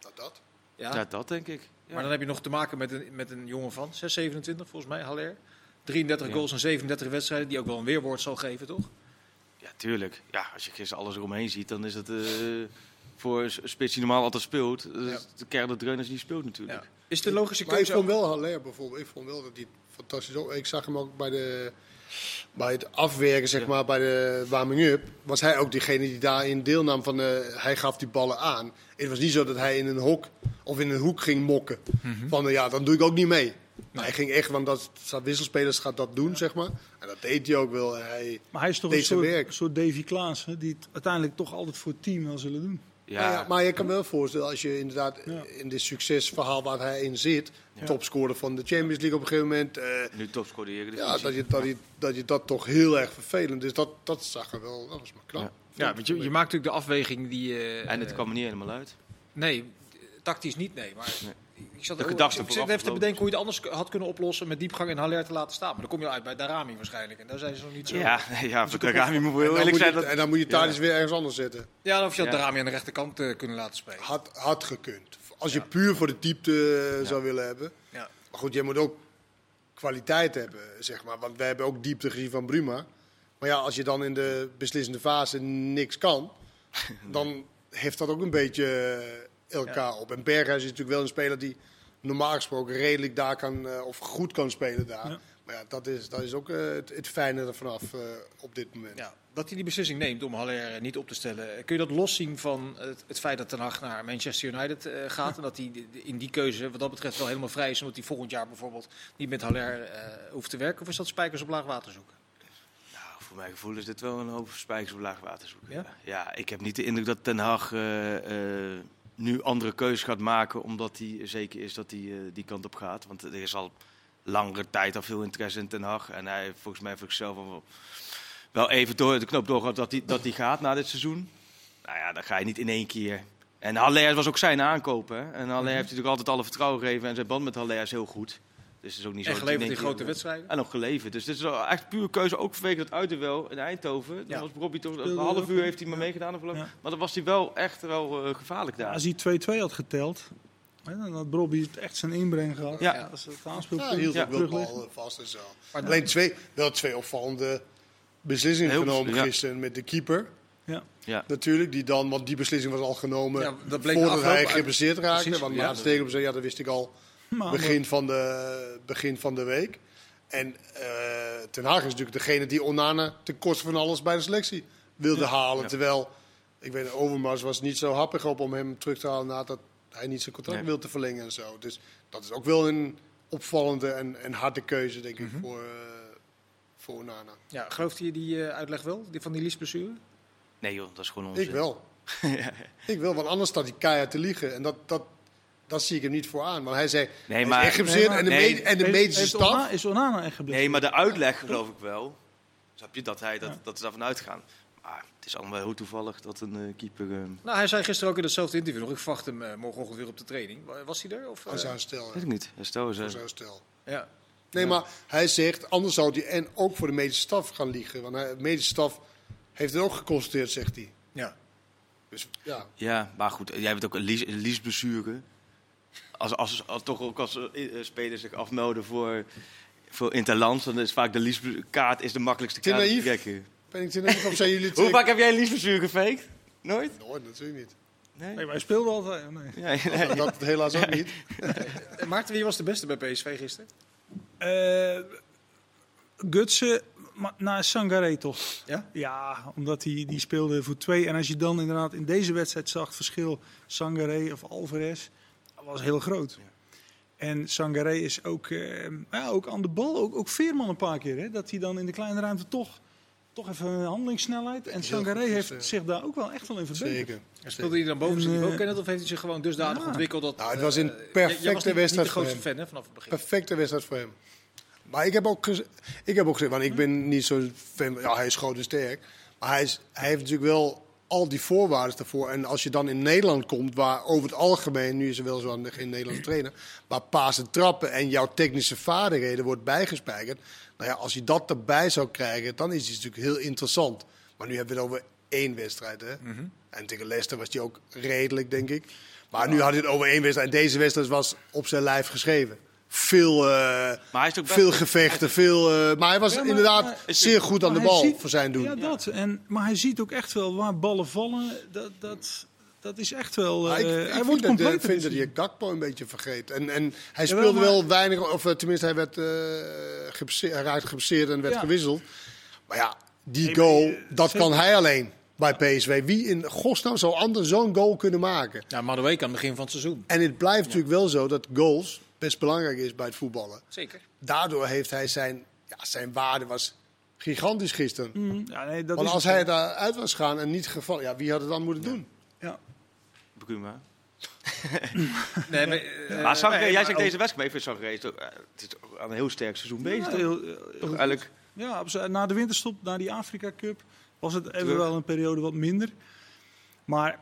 B: nou, dat.
A: ja,
D: Ja. dat denk ik. Ja.
A: Maar dan heb je nog te maken met een, met een jongen van 6, 27 volgens mij, Haller. 33
D: Ja.
A: goals en 37 wedstrijden, die ook wel een weerwoord zal geven, toch?
D: Ja, tuurlijk. Ja, als je gisteren alles eromheen ziet, dan is het eh, voor een spits die normaal altijd speelt. eh, De kern dat Dreuners niet speelt natuurlijk.
A: Ja. Is het een logische
B: Maar ik
A: keuze?
B: vond
A: ook?
B: wel Haller bijvoorbeeld. Ik vond wel dat hij fantastisch op. Ik zag hem ook bij, de, bij het afwerken, zeg maar, bij de warming-up. Was hij ook degene die daarin deelnam van. eh, hij gaf die ballen aan. Het was niet zo dat hij in een hok of in een hoek ging mokken.
A: Mhm.
B: Van eh, ja, dan doe ik ook niet mee. Hij ging echt, want dat zijn wisselspelers gaat dat doen, zeg maar. En dat deed hij ook wel. En Hij,
C: Maar hij is toch
B: Deze
C: een
B: werk.
C: soort, soort Davy Klaas, hè, die het uiteindelijk toch altijd voor het team wel zullen doen.
D: Ja,
B: Maar, Nou ja, maar je kan me wel voorstellen, als je inderdaad
C: Ja.
B: in dit succesverhaal waar hij in zit, topscorer van de Champions League op een gegeven moment, eh,
D: nu dus topscorer de
B: Ja,
D: Eredivisie.
B: dat je dat, je, dat je dat toch heel erg vervelend is. Dat, dat zag er wel, dat was maar knap.
D: Ja.
A: Ja, want je, je maakt natuurlijk de afweging die... eh,
D: En het kwam er niet helemaal uit.
A: Nee, tactisch niet, nee. Maar
D: Nee.
A: ik zat,
D: De
A: er-
D: gedachte
A: ik, ik zat
D: vooraf
A: even te
D: logisch.
A: bedenken hoe je het anders k- had kunnen oplossen met diepgang en Haller te laten staan. Maar dan kom je uit bij Darami waarschijnlijk. En daar zijn ze nog niet zo...
D: Ja,
B: Dus
D: ja voor de Rami moet
B: En
D: ik heel
B: dan,
D: eerlijk
B: moet je,
D: zijn. Dat,
B: en dan moet je Thadis weer ergens anders zetten.
A: ja dan of je had
D: Ja.
A: Darami aan de rechterkant eh, kunnen laten spelen.
B: Had, had gekund. Als je puur voor de diepte eh, zou willen hebben.
A: Ja.
B: Maar goed, jij moet ook kwaliteit hebben, zeg maar. Want wij hebben ook diepte gezien van Bruma. Maar ja, als je dan in de beslissende fase niks kan, dan heeft dat ook een beetje eh, elkaar op. En Berghuis is natuurlijk wel een speler die normaal gesproken redelijk daar kan, eh, of goed kan spelen daar.
C: Ja.
B: Maar ja, dat is, dat is ook eh, het, het fijne ervan af eh, op dit moment.
A: Ja, dat hij die beslissing neemt om Haller eh, niet op te stellen. eh, Kun je dat loszien van het, het feit dat Ten Hag naar Manchester United eh, gaat? En dat hij de- de- in die keuze wat dat betreft wel helemaal vrij is. Omdat hij volgend jaar bijvoorbeeld niet met Haller eh, hoeft te werken. Of is dat spijkers op laag water zoeken?
D: nou, voor mijn gevoel is dit wel een hoop spijkers op laag water zoeken.
A: Ja?
D: Ja? ik heb niet de indruk dat Ten Haag eh, eh, nu andere keuzes gaat maken. Omdat hij zeker is dat hij eh, die kant op gaat. Want er is al langere tijd al veel interesse in Ten Haag. En hij heeft volgens mij voor zichzelf al wel- wel even door de knoop doorgehad dat hij, dat hij gaat na dit seizoen. Nou ja, dan ga je niet in één keer. En Haller was ook zijn aankoop. Hè? En Haller
A: Mhm.
D: heeft natuurlijk altijd alle vertrouwen gegeven. En zijn band met Haller is heel goed. Dus het is ook niet zo
A: En
D: dat hij
A: geleverd in
D: één keer-
A: grote wedstrijden?
D: en nog geleverd. Dus dit is wel echt puur keuze. Ook vanwege dat uiterwel in Eindhoven. Dan
A: Ja.
D: was Robbie toch een
C: Speelde
D: half
C: ook.
D: uur heeft hij maar meegedaan. Of lang.
C: Ja.
D: Maar dan was hij wel echt wel eh, gevaarlijk daar.
C: Als hij 2-2 had geteld, hè, dan had Bobby echt zijn inbreng gehad.
D: Ja.
C: Als het aanspeelpunt
B: Ja, hield
D: Ja.
B: ook wel
C: terug
B: bal eh, vast en zo. Alleen twee, wel twee opvallende beslissingen
D: Heel
B: genomen
D: verschil- ja.
B: gisteren met de keeper.
C: Ja.
D: Ja.
B: Natuurlijk, die dan, want die beslissing was al genomen
A: Ja, dat bleek
B: voordat
A: afloop
B: hij
A: uit-
B: geblesseerd raakte.
A: Precies,
B: want
A: ja.
B: Maarten Stekelenburg zei, ja, dat wist ik al
D: Ah,
C: Maar-
B: begin van de, begin van de week. En eh, Ten Haag is natuurlijk degene die Onana ten koste van alles bij de selectie wilde halen.
D: Ja.
B: Terwijl, ik weet, Overmars was niet zo happig op om hem terug te halen nadat hij niet zijn contract
D: Nee.
B: wilde verlengen en zo. Dus dat is ook wel een opvallende en, en harde keuze, denk ik,
D: Mhm.
B: voor, eh, voor Onana.
A: Ja, gelooft je die eh, uitleg wel? Die van die liesblessure?
D: Nee joh, dat is gewoon onzin.
B: Ik wel. Ik wel, want anders staat hij keihard te liegen. En dat, dat, dat zie ik hem niet voor aan. Want hij zei,
D: Nee,
B: hij is
D: maar-
B: echt geblesseerd
C: Nee,
B: en de,
D: maar-
B: me-
D: Nee.
B: en de
C: Heeft-
B: medische
C: heeft
B: staf...
C: Onana- Is Onana echt geblesseerd?
D: Nee, maar de uitleg geloof ik wel. Snap je dat, hij, dat, dat ze daarvan uitgaan. Maar het is allemaal wel heel toevallig dat een eh, keeper... eh,
A: Nou, hij zei gisteren ook in datzelfde interview nog. Ik verwacht hem eh, morgenochtend weer op de training. Wa- Was hij er? Of, eh,
B: Aan zijn stel,
D: weet ik niet. Herstel is, eh,
B: aan zijn stel.
A: ja.
B: Nee, maar hij zegt, anders zou hij en ook voor de medische staf gaan liegen. Want hij, de medische staf heeft het ook geconstateerd, zegt hij.
A: ja.
B: Dus ja,
D: Ja, maar goed. eh, Jij hebt ook een lies- een liesblessure. Als, als, als- toch ook als eh, eh, spelers zich afmelden voor, voor Interlands, dan is vaak de liesblessurekaart is de makkelijkste
B: Te
D: kaart
B: naïef.
D: trekken.
B: ben ik te naïef of zijn jullie
D: Hoe
B: twee?
D: vaak heb jij een liesblessure gefaked? Nooit?
B: Nooit, natuurlijk niet.
D: Nee.
C: Nee, maar hij speelde altijd. Nee.
D: Ja, ja.
B: Dat, dat helaas ook niet.
A: Eh, Maarten, wie was de beste bij PSV gisteren?
C: Eh, Gutsen ma- naar Sangaré toch?
A: Ja?
C: Ja, omdat die, die speelde voor twee. En als je dan inderdaad in deze wedstrijd zag het verschil Sangaré of Alvarez, dat was heel groot. En Sangaré is ook, eh, ja, ook aan de bal, ook, ook Veerman een paar keer. Hè? Dat hij dan in de kleine ruimte toch, toch even een handelingssnelheid. En
B: Heel goed
C: Sangaré
B: is,
C: heeft
B: eh,
C: zich daar ook wel echt wel in verbeterd.
B: Zeker.
A: En speelde hij dan boven zijn
C: En, eh,
A: niveau kennen of heeft hij zich gewoon dusdanig
C: ja.
A: ontwikkeld dat...
B: Nou, het was een
A: eh, jij- jij
B: perfecte
A: was niet-
B: wedstrijd
A: Niet de
B: voor
A: grootste
B: hem.
A: fan hè, vanaf het begin.
B: Perfecte wedstrijd voor hem. Maar ik heb ook, gez- ik heb ook gezegd, want ik ben niet zo'n fan. Ja, hij is groot en sterk. Maar hij, is, hij heeft natuurlijk wel al die voorwaarden daarvoor. En als je dan in Nederland komt, waar over het algemeen, nu is er wel zo'n geen Nederlandse trainer, maar paas en trappen en jouw technische vaardigheden wordt bijgespijkerd. Nou ja, als je dat erbij zou krijgen, dan is het natuurlijk heel interessant. Maar nu hebben we het over één wedstrijd. Hè?
D: Mhm.
B: En tegen Leicester was hij ook redelijk, denk ik. Maar nu had hij het over één wedstrijd. En deze wedstrijd was op zijn lijf geschreven. Veel, eh,
D: hij is ook best-
B: veel gevechten, veel, eh, maar hij was
C: Ja, maar-
B: inderdaad
C: maar-
B: zeer goed aan de
C: Maar hij
B: bal
C: ziet-
B: voor zijn doen.
C: Ja, dat. En, maar hij ziet ook echt wel waar ballen vallen. Dat, dat, dat is echt wel...
B: Maar ik,
C: eh,
B: ik
C: hij
B: vind
C: wordt
B: dat, eh,
C: compleet.
B: vind dat je Gakpo een beetje vergeet. En, en hij
C: Jawel,
B: speelde
C: maar-
B: wel weinig, of eh, tenminste hij, werd, eh geblesseerd- hij raakte geblesseerd en werd
C: Ja.
B: gewisseld. Maar ja, die
C: Nee, maar,
B: goal,
C: eh,
B: dat
C: zeker.
B: kan hij alleen bij PSW. Wie in godsnaam zou anders zo'n goal kunnen maken?
A: Nou, Madueke aan het begin van het seizoen.
B: En het blijft natuurlijk wel zo dat goals best belangrijk is bij het voetballen.
A: Zeker.
B: Daardoor heeft hij zijn, ja, zijn waarde was gigantisch gisteren.
C: Mm, ja, nee, dat
B: Want
C: is
B: als
C: het.
B: hij daaruit was gegaan en niet gevallen, ja, wie had het dan moeten doen?
C: Ja.
D: Bakuma.
A: Nee, maar, eh,
D: maar Sangaré,
A: nee,
D: jij
A: maar
D: zegt
A: ook-
D: deze wedstrijd, maar ik vind Sangaré is ook, eh, het is ook aan een heel sterk seizoen bezig.
C: Ja,
D: toch?
C: heel- heel-
D: Toch eigenlijk,
C: Ja, absolu- na de winterstop, na die Afrika Cup, was het even
D: Terug.
C: wel een periode wat minder. Maar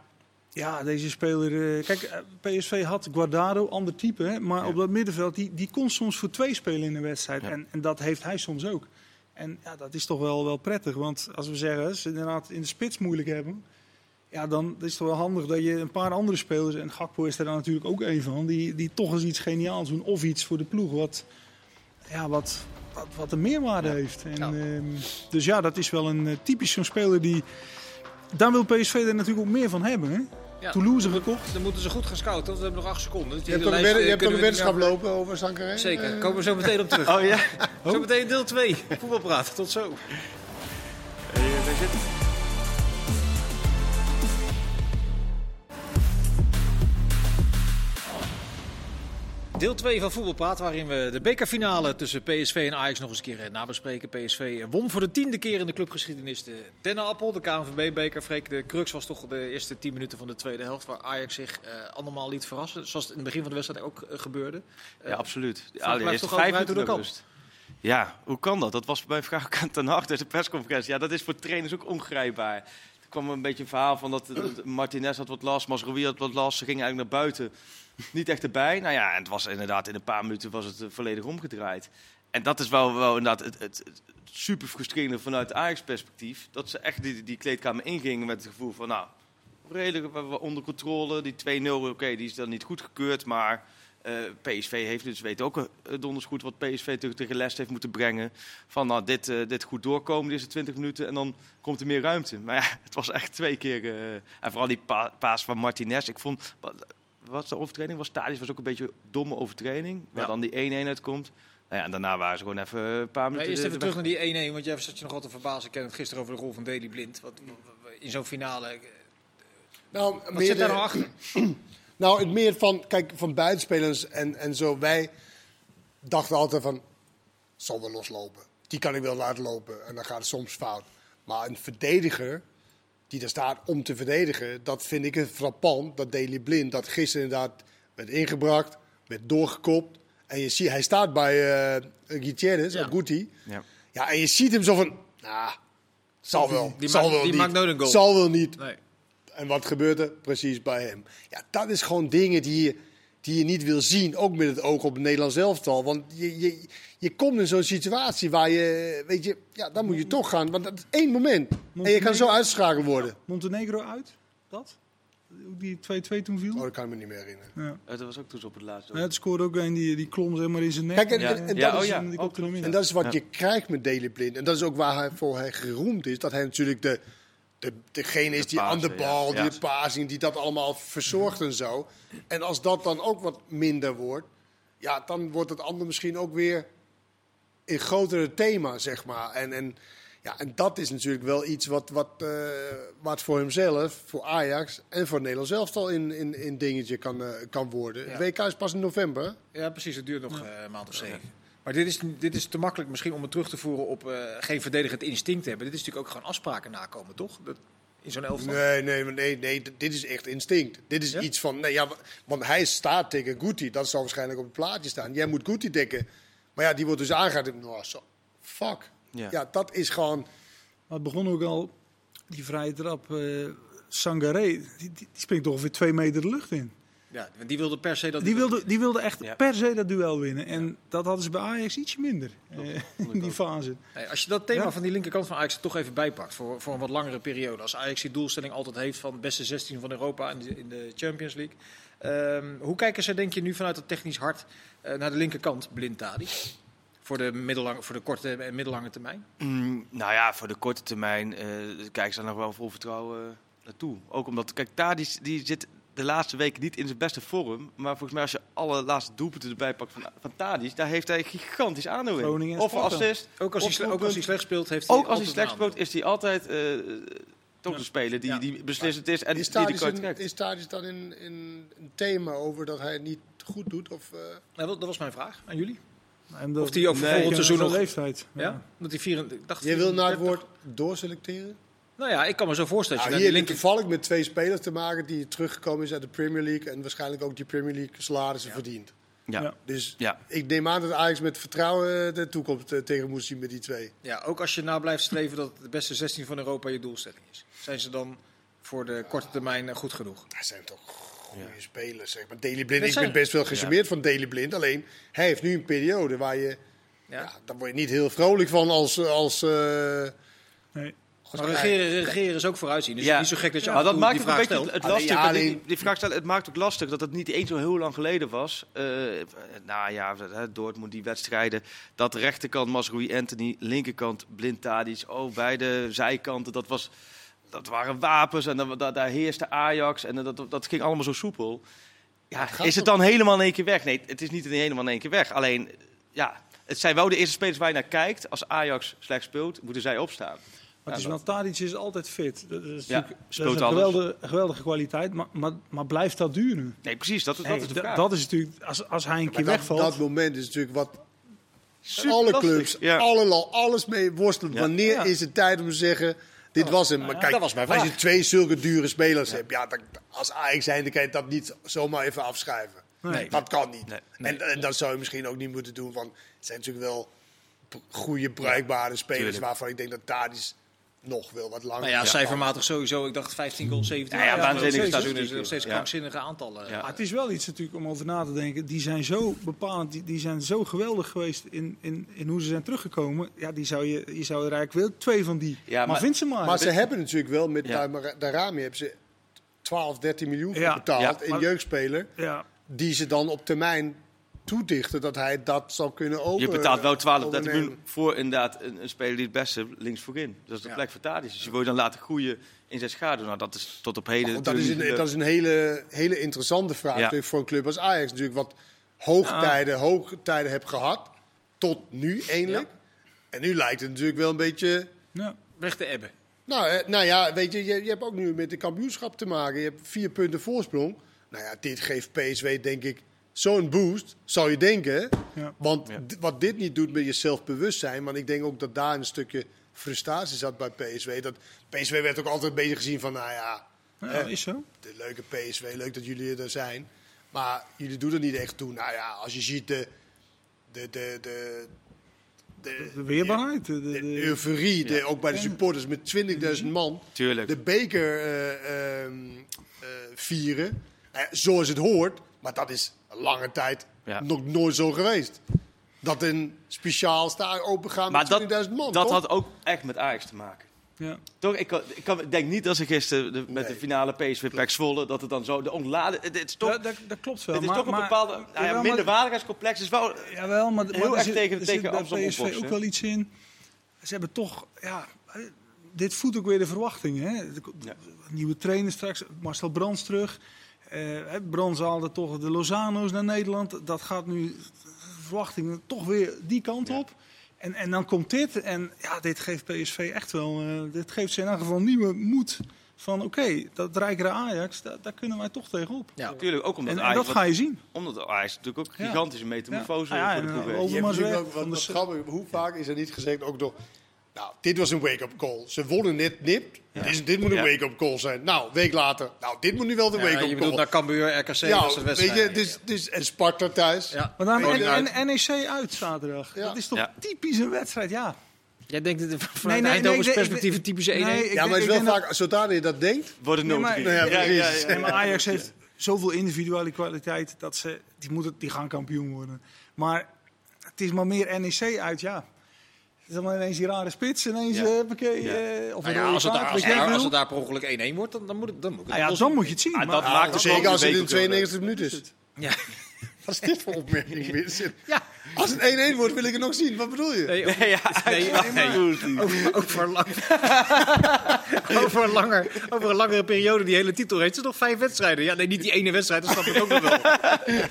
C: ja, deze speler... eh, kijk, eh, PSV had Guardado, ander type. Hè, maar
D: Ja.
C: op dat middenveld, die, die kon soms voor twee spelen in een wedstrijd.
D: Ja.
C: En, en dat heeft hij soms ook. En ja, dat is toch wel, wel prettig. Want als we zeggen, als ze inderdaad in de spits moeilijk hebben... Ja, dan is het toch wel handig dat je een paar andere spelers... En Gakpo is er dan natuurlijk ook een van. Die, die toch eens iets geniaals doen. Of iets voor de ploeg wat, ja, wat, wat, wat een meerwaarde heeft. En,
D: Nou.
A: Ja.
C: ehm, dus ja, dat is wel een eh, typisch zo'n speler die... Daar wil PSV er natuurlijk ook meer van hebben. Hè?
A: Ja.
C: Toulouse gekocht.
A: Dan moeten ze goed gaan scouten, want we hebben nog acht seconden. Dus
B: Je
A: die
B: hebt
A: hele
B: toch een
A: lijst,
B: wedden- je
A: eh,
B: hebt toch een
A: kunnen we
B: weddenschap
A: niet
B: lopen over Sankaré?
A: meer- Zeker, komen we zo meteen op terug.
D: oh ja,
A: Zo meteen deel 2, voetbalpraat. Tot zo. Deel 2 van Voetbalpraat, waarin we de bekerfinale tussen PSV en Ajax nog eens een keer eh, nabespreken. PSV won voor de tiende keer in de clubgeschiedenis de Dennenappel, de KNVB-beker. Freek, de crux was toch de eerste 10 minuten van de tweede helft, waar Ajax zich eh allemaal liet verrassen. Zoals het in het begin van de wedstrijd ook eh, gebeurde.
D: ja absoluut.
A: Frank
D: de
A: blijft
D: eerste
A: toch overeind door de
D: minuten
A: kant.
D: rust. Ja, hoe kan dat? Dat was mijn vraag ook aan Ten Hag tijdens de persconferentie. Ja, dat is voor trainers ook ongrijpbaar. Er kwam een beetje een verhaal van dat, dat Martinez had wat last, Masrowi had wat last. Ze gingen eigenlijk naar buiten, niet echt erbij. Nou ja, en het was inderdaad in een paar minuten was het eh, volledig omgedraaid. En dat is wel, wel inderdaad het, het, het super frustrerende vanuit Ajax-perspectief. Dat ze echt die, die kleedkamer ingingen met het gevoel van, nou, redelijk we hebben we onder controle. Die 2-0, oké, die is dan niet goedgekeurd, maar... eh, PSV heeft dus weet ook eh, donders goed wat PSV tegen, tegen Leicester heeft moeten brengen. Van nou, dit, eh, dit goed doorkomen, deze 20 minuten. En dan komt er meer ruimte. Maar ja, het was echt twee keer. eh, en vooral die pa- paas van Martinez. Ik vond. wa- Wat de overtreding was, Thadis was ook een beetje een domme overtreding. Waar
A: Ja.
D: dan die 1-1 uitkomt. Nou ja, en daarna waren ze gewoon even eh, een paar
A: Maar
D: minuten.
A: eerst
D: de-
A: even
D: de-
A: terug naar die 1-1, want jij zat je nog altijd te verbazen. Ik ken het gisteren over de rol van Deli Blind. Wat, in zo'n finale, eh,
B: Nou,
A: wat
B: meer
A: zit daar
B: de-
A: nou achter?
B: Nou, het meer van, kijk, van buitenspelers en, en zo. Wij dachten altijd van, zal wel loslopen. Die kan ik wel laten lopen. En dan gaat het soms fout. Maar een verdediger die er staat om te verdedigen, dat vind ik een frappant. Dat Daley Blind, dat gisteren inderdaad werd ingebracht, werd doorgekopt. En je ziet, hij staat bij eh Gutierrez,
A: Ja.
B: ja. Guti.
D: Ja.
B: Ja, en je ziet hem zo van, nou, zal wel.
A: Die
B: zal
A: maakt-
B: wel
A: die
B: niet,
A: maakt nooit een goal.
B: Zal wel niet.
A: Nee.
B: En wat gebeurt er? Precies bij hem. Ja, dat is gewoon dingen die je, die je niet wil zien. Ook met het oog op het Nederlands elftal. Want je, je, je komt in zo'n situatie waar je... Weet je, ja, dan moet je toch gaan. Want dat is één moment. En je kan zo uitschakeld worden.
C: Montenegro uit, dat? Hoe die 2-2 toen viel?
B: Oh, dat kan ik me niet meer herinneren.
C: Ja.
D: Eh, Dat was ook toen op het laatste.
C: Ja, het scoorde ook een die, die klom zeg maar in zijn nek.
B: Kijk, en-
D: ja,
B: en dat
D: ja,
B: is
D: oh ja.
C: En die kopte hem in.
B: En dat is wat je krijgt met Daley Blind. En dat is ook waar hij voor hij geroemd is. Dat hij natuurlijk de, de, degene is die
D: pasen,
B: aan de bal,
D: ja.
B: die
D: Ja.
B: de passing, die dat allemaal verzorgt en zo. En als dat dan ook wat minder wordt, ja, dan wordt het ander misschien ook weer een grotere thema, zeg maar. En, en Ja, en dat is natuurlijk wel iets wat, wat, eh, wat voor hemzelf, voor Ajax en voor Nederland zelf al in, in, in dingetje kan, eh, kan worden.
A: Ja.
B: Het WK is pas in november.
A: Ja, precies. Het duurt nog eh, een maand of zeven. Maar dit is, dit is te makkelijk misschien om het terug te voeren op eh, geen verdedigend instinct hebben. Dit is natuurlijk ook gewoon afspraken nakomen, toch? Dat, in zo'n elftal.
B: Nee, nee, maar nee, nee, d- dit is echt instinct. Dit is
A: Ja?
B: iets van, nee, ja, wa- want hij staat tegen Guti. Dat zal waarschijnlijk op het plaatje staan. Jij moet Guti dekken. Maar ja, die wordt dus aangehaald. Nou, zo, fuck.
D: Ja.
B: Ja. dat is gewoon...
C: Maar het begon ook al, die vrije trap, eh Sangaré, die, die, die springt ongeveer twee meter de lucht in.
A: Ja, want die wilde per se dat.
C: Die wilde, die wilde echt
D: Ja.
C: per se dat duel winnen. En dat hadden ze bij Ajax ietsje minder eh, in die fase.
A: Nee, als je dat thema
C: Ja.
A: van die linkerkant van Ajax er toch even bijpakt voor, voor een wat langere periode. Als Ajax die doelstelling altijd heeft van beste 16 van Europa in de, in de Champions League. Ehm, hoe kijken ze, denk je, nu vanuit dat technisch hart eh, naar de linkerkant, blind Tadic? Voor de, middellange, voor de korte en middellange termijn?
D: Mm, nou ja, voor de korte termijn eh kijken ze daar nog wel vol vertrouwen eh, naartoe. Ook omdat, kijk, daar die, die zit de laatste weken niet in zijn beste vorm. Maar volgens mij als je alle laatste doelpunten erbij pakt van, van Tadic, daar heeft hij gigantisch aandeel
C: Groningen
D: in.
C: en
D: Of een
C: Sparta.
D: assist.
A: Ook als,
D: of
A: hij, sle- ook
D: doelpunt.
A: als hij slecht speelt, heeft hij.
D: Ook als hij
A: altijd
D: slecht
A: een
D: speelt, is hij altijd eh, eh, toch de speler die,
A: Ja.
D: die beslissend is en
B: Is
D: die de
B: Tadic
D: kort
B: een-
D: trekt.
B: is Tadic dan in, in een thema over dat hij het niet goed doet? Of, eh,
A: aandoening. Nou, dat- dat was mijn vraag aan jullie.
C: En dat-
A: Of die ook voor
C: Nee,
A: volgend
C: ik-
A: seizoen nog-
C: leeftijd.
A: Ja? Omdat hij 24. ik dacht
B: jij wil naar het
A: 34.
B: woord doorselecteren?
A: Nou ja, ik kan me zo voorstellen.
B: Nou,
A: dat je
B: hier
A: naar
B: heb
A: die
B: ik
A: linker...
B: toevallig met twee spelers te maken die teruggekomen is uit de Premier League. En waarschijnlijk ook die Premier League salarissen verdient.
D: Ja.
C: Ja.
D: Ja.
B: Dus ik neem aan dat Ajax met vertrouwen de toekomst eh, tegen moest zien met die twee.
A: Ja, ook als je na blijft streven dat de beste 16 van Europa je doelstelling is. Zijn ze dan voor de korte termijn eh, goed genoeg?
B: Dat zijn toch goede spelers, zeg maar. Daily Blind,
A: Dat
B: ik
A: zijn-
B: ben best wel gecharmeerd van Daily Blind. Alleen, hij heeft nu een periode waar je...
A: Ja.
B: Ja, daar word je niet heel vrolijk van als... als eh,
C: Nee.
B: als
A: Maar regeren, regeren is ook vooruitzien. Dus het is niet zo gek dat je
D: Maar
A: af en
D: ah, dat
A: toe
D: maakt
A: die
D: het een
A: vraag
D: beetje
A: stelt.
B: Alleen,
D: het lastig.
B: ja,
D: want die-
B: alleen-
D: die, vraag stellen, het maakt ook lastig dat het niet eens zo heel lang geleden was. Eh nou ja, hè, Dortmund die wedstrijden. Dat rechterkant Masrui Anthony, linkerkant Blind Tadic. Oh, beide zijkanten, dat, was, dat waren wapens en dat, dat- daar heerste Ajax. En dat, dat ging allemaal zo soepel. Ja,
B: gaat
D: is het
B: toch-
D: dan helemaal in één keer weg? Nee, het is niet in helemaal in één keer weg. Alleen, ja, het zijn wel de eerste spelers waar je naar kijkt. Als Ajax slecht speelt, moeten zij opstaan.
C: Maar het is
D: Ja,
C: wel, Tadic is altijd fit. Dat is,
D: Ja,
C: natuurlijk- dat
D: speelt
C: is een
D: alles.
C: geweldige, geweldige kwaliteit, maar, maar, maar blijft dat duren?
D: Nee, precies, dat, is- dat
C: Hey,
D: is de
C: da-
D: vraag.
C: dat is natuurlijk, als, als hij een keer
B: Maar dat,
C: wegvalt...
B: dat moment is natuurlijk wat
D: Super
B: alle
D: lastig,
B: clubs,
D: ja.
B: alle la- alles mee worstelen.
D: Ja.
B: Wanneer
C: Ja.
B: is het tijd om te zeggen, dit was hem. Maar kijk,
A: dat was mijn
B: als
A: vraag.
B: je twee zulke dure spelers hebt, ja, dan, als Ajax zijnde kan je dat niet zomaar even afschrijven.
A: Nee.
B: Dat kan niet.
D: Nee,
B: En, en dat zou je misschien ook niet moeten doen, want het zijn natuurlijk wel b- goede, bruikbare spelers
D: tuurlijk.
B: waarvan ik denk dat Tadis nog wel wat langer...
A: Nou ja,
B: kan.
A: cijfermatig sowieso. Ik dacht 15 goals, 17
D: Ja, ja, waanzinnige
A: dat
D: statistieken.
A: is nog steeds
D: Ja.
A: krankzinnige aantallen.
D: Ja.
C: Maar het is wel iets natuurlijk om over na te denken. Die zijn zo bepalend, die, die zijn zo geweldig geweest in, in, in hoe ze zijn teruggekomen. Ja, die zou je, je zou er eigenlijk wel twee van die.
D: Ja,
C: maar,
D: maar-
C: vind ze maar.
B: Maar ze hebben natuurlijk wel, met
D: Ja.
B: Dar- Darami hebben ze 12, 13 miljoen voor
C: Ja.
B: betaald
D: Ja.
B: in
C: Maar-
B: jeugdspeler.
C: ja,
B: die ze dan op termijn toedichten dat hij dat zou kunnen over.
D: Je betaalt wel 12, 13
B: overnemen.
D: miljoen voor inderdaad een, een speler die het beste links voorin. Dat is de
A: Ja.
D: plek voor Tadic. Dus je wil je dan laten groeien in zijn schaduw. Nou, dat is tot op heden.
B: Want Oh, dat is
D: natuurlijk
B: een,
D: niet eh,
B: dat is een hele, hele interessante vraag
D: Ja.
B: natuurlijk voor een club als Ajax. Natuurlijk wat hoogtijden, hoogtijden heb gehad. Tot nu eindelijk. En nu lijkt het natuurlijk wel een beetje...
C: ja.
A: Weg te ebben.
B: Nou, eh, nou ja, weet je, je, je hebt ook nu met de kampioenschap te maken. Je hebt vier punten voorsprong. Nou ja, dit geeft PSW denk ik zo'n boost, zou je denken.
C: Ja.
B: Want
D: Ja.
B: d- wat dit niet doet met je zelfbewustzijn... want ik denk ook dat daar een stukje frustratie zat bij PSW. Dat PSW werd ook altijd een beetje gezien van... nou ja,
C: Nou,
B: Eh.
C: is zo.
B: de leuke PSW, leuk dat jullie er zijn. Maar jullie doen er niet echt toe. Nou ja, als je ziet de... de, de, de de,
C: De weerbaarheid. De, de-
B: de,
C: de-
B: euforie, de- ook bij de supporters met 20.000
A: Mhm.
B: man.
D: Tuurlijk.
B: De beker eh, ehm, eh, vieren. Eh, zoals het hoort. Maar dat is een lange tijd
D: Ja.
B: nog nooit zo geweest. Dat een speciaal sta opengaan
D: Maar dat,
B: met 20.000 man.
D: dat
B: toch?
D: had ook echt met Ajax te maken.
C: ja.
D: Toch? Ik, kan, ik, kan, ik denk niet dat ze gisteren de- met
B: Nee.
D: de finale PSV Pek E Zwolle... dat het dan zo de ontladen... Het, het is toch,
C: Ja, dat, dat klopt wel.
D: het is
C: maar,
D: toch een
C: maar-
D: bepaalde... Nou
C: jawel,
D: ja,
C: maar-
D: minderwaardigheidscomplex is wel...
C: Jawel, maar,
D: Heel
C: maar er
D: erg
C: zit-
D: tegen-
C: er
D: tegen
C: zit bij
D: Amsterdam
C: PSV
D: opboksen,
C: ook
D: hè?
C: wel iets in. Ze hebben toch, ja, eh, dit voedt ook weer de verwachtingen. Hè? De-
D: Ja.
C: Nieuwe trainer straks, Marcel Brands terug. Eh, hè, Brands haalde toch de Lozano's naar Nederland. Dat gaat nu de verwachtingen toch weer die kant op. En, en dan komt dit. En ja, dit geeft PSV echt wel. eh, dit geeft ze in ieder geval nieuwe moed. Van oké, dat rijkere Ajax, da- daar kunnen wij toch tegenop.
A: Ja.
D: Natuurlijk, ook omdat
C: En, en
D: Ajax,
C: dat ga je zien.
D: omdat Ajax natuurlijk ook
C: Ja.
D: gigantische metamorfose
C: Ja. Ah, ja,
D: voor de
C: en,
D: club
C: eh,
D: heeft.
C: over-
B: Je
C: maar
B: hebt
C: eens
B: natuurlijk ook
C: weg van
B: wat,
C: de
B: wat
C: s-
B: grappig, hoe vaak is er niet gezegd, ook door... Nou, dit was een wake-up call. Ze wonnen net nipt. Dus dit moet een
D: Ja.
B: wake-up call zijn. Nou, week later. Nou, dit moet nu wel de
A: Ja,
B: wake-up
A: je
B: call.
A: bedoelt naar Cambuur, RKC, dat
B: ja,
A: soort
B: weet je,
A: wedstrijden.
B: dus, dus, en Sparta thuis.
A: Ja.
C: Maar daarom
A: Groningen
C: en,
A: uit.
C: en NEC E uit zaterdag.
B: Ja.
C: Dat is toch
D: Ja.
C: typisch een wedstrijd, ja.
A: Jij denkt dat het
C: nee,
A: vanuit
C: nee,
A: Eindhoven's
C: ik- ik-
A: perspectief een typische 1-1?
C: Nee, ik
B: Ja, maar
C: denk-
B: het
C: ik
B: is wel
C: denk dat-
B: vaak, zodra je dat denkt...
D: Wordt het
C: Nee, maar-
D: 0-3.
B: Nou ja, precies.
C: Nee, maar Ajax heeft zoveel individuele kwaliteit dat ze die, moeten, die gaan kampioen worden. Maar het is maar meer NEC uit, ja. Het is dan maar ineens die rare spits, ineens
D: Ja.
C: eh hoppakee,
D: Ja.
C: eh, of
A: Nou ja,
C: een rode
A: als, het daar,
C: kaart,
A: als,
C: wat jij
A: daar, als
C: wil.
A: het daar per ongeluk 1-1 wordt, dan, dan moet het, dan moet het
C: Ah ja, dan moet je het zien.
D: Ah,
C: maar-
D: dat maakt het
B: Zeker
D: wel
B: als
D: de
B: het in
D: week ook heel
B: 92 minuten is.
A: Ja.
B: Wat is dit voor opmerking, Vincent?
A: Ja.
B: Als het 1-1 wordt, wil ik het nog zien. Wat bedoel je?
A: Nee,
D: leuk. Ja,
A: Nee,
D: ja,
A: nee.
D: goed.
A: over, over, lang, over, een langer, over een langere periode die hele titel heeft. Het is nog vijf wedstrijden. Ja, nee, niet die ene wedstrijd, dat snap ik ook nog wel.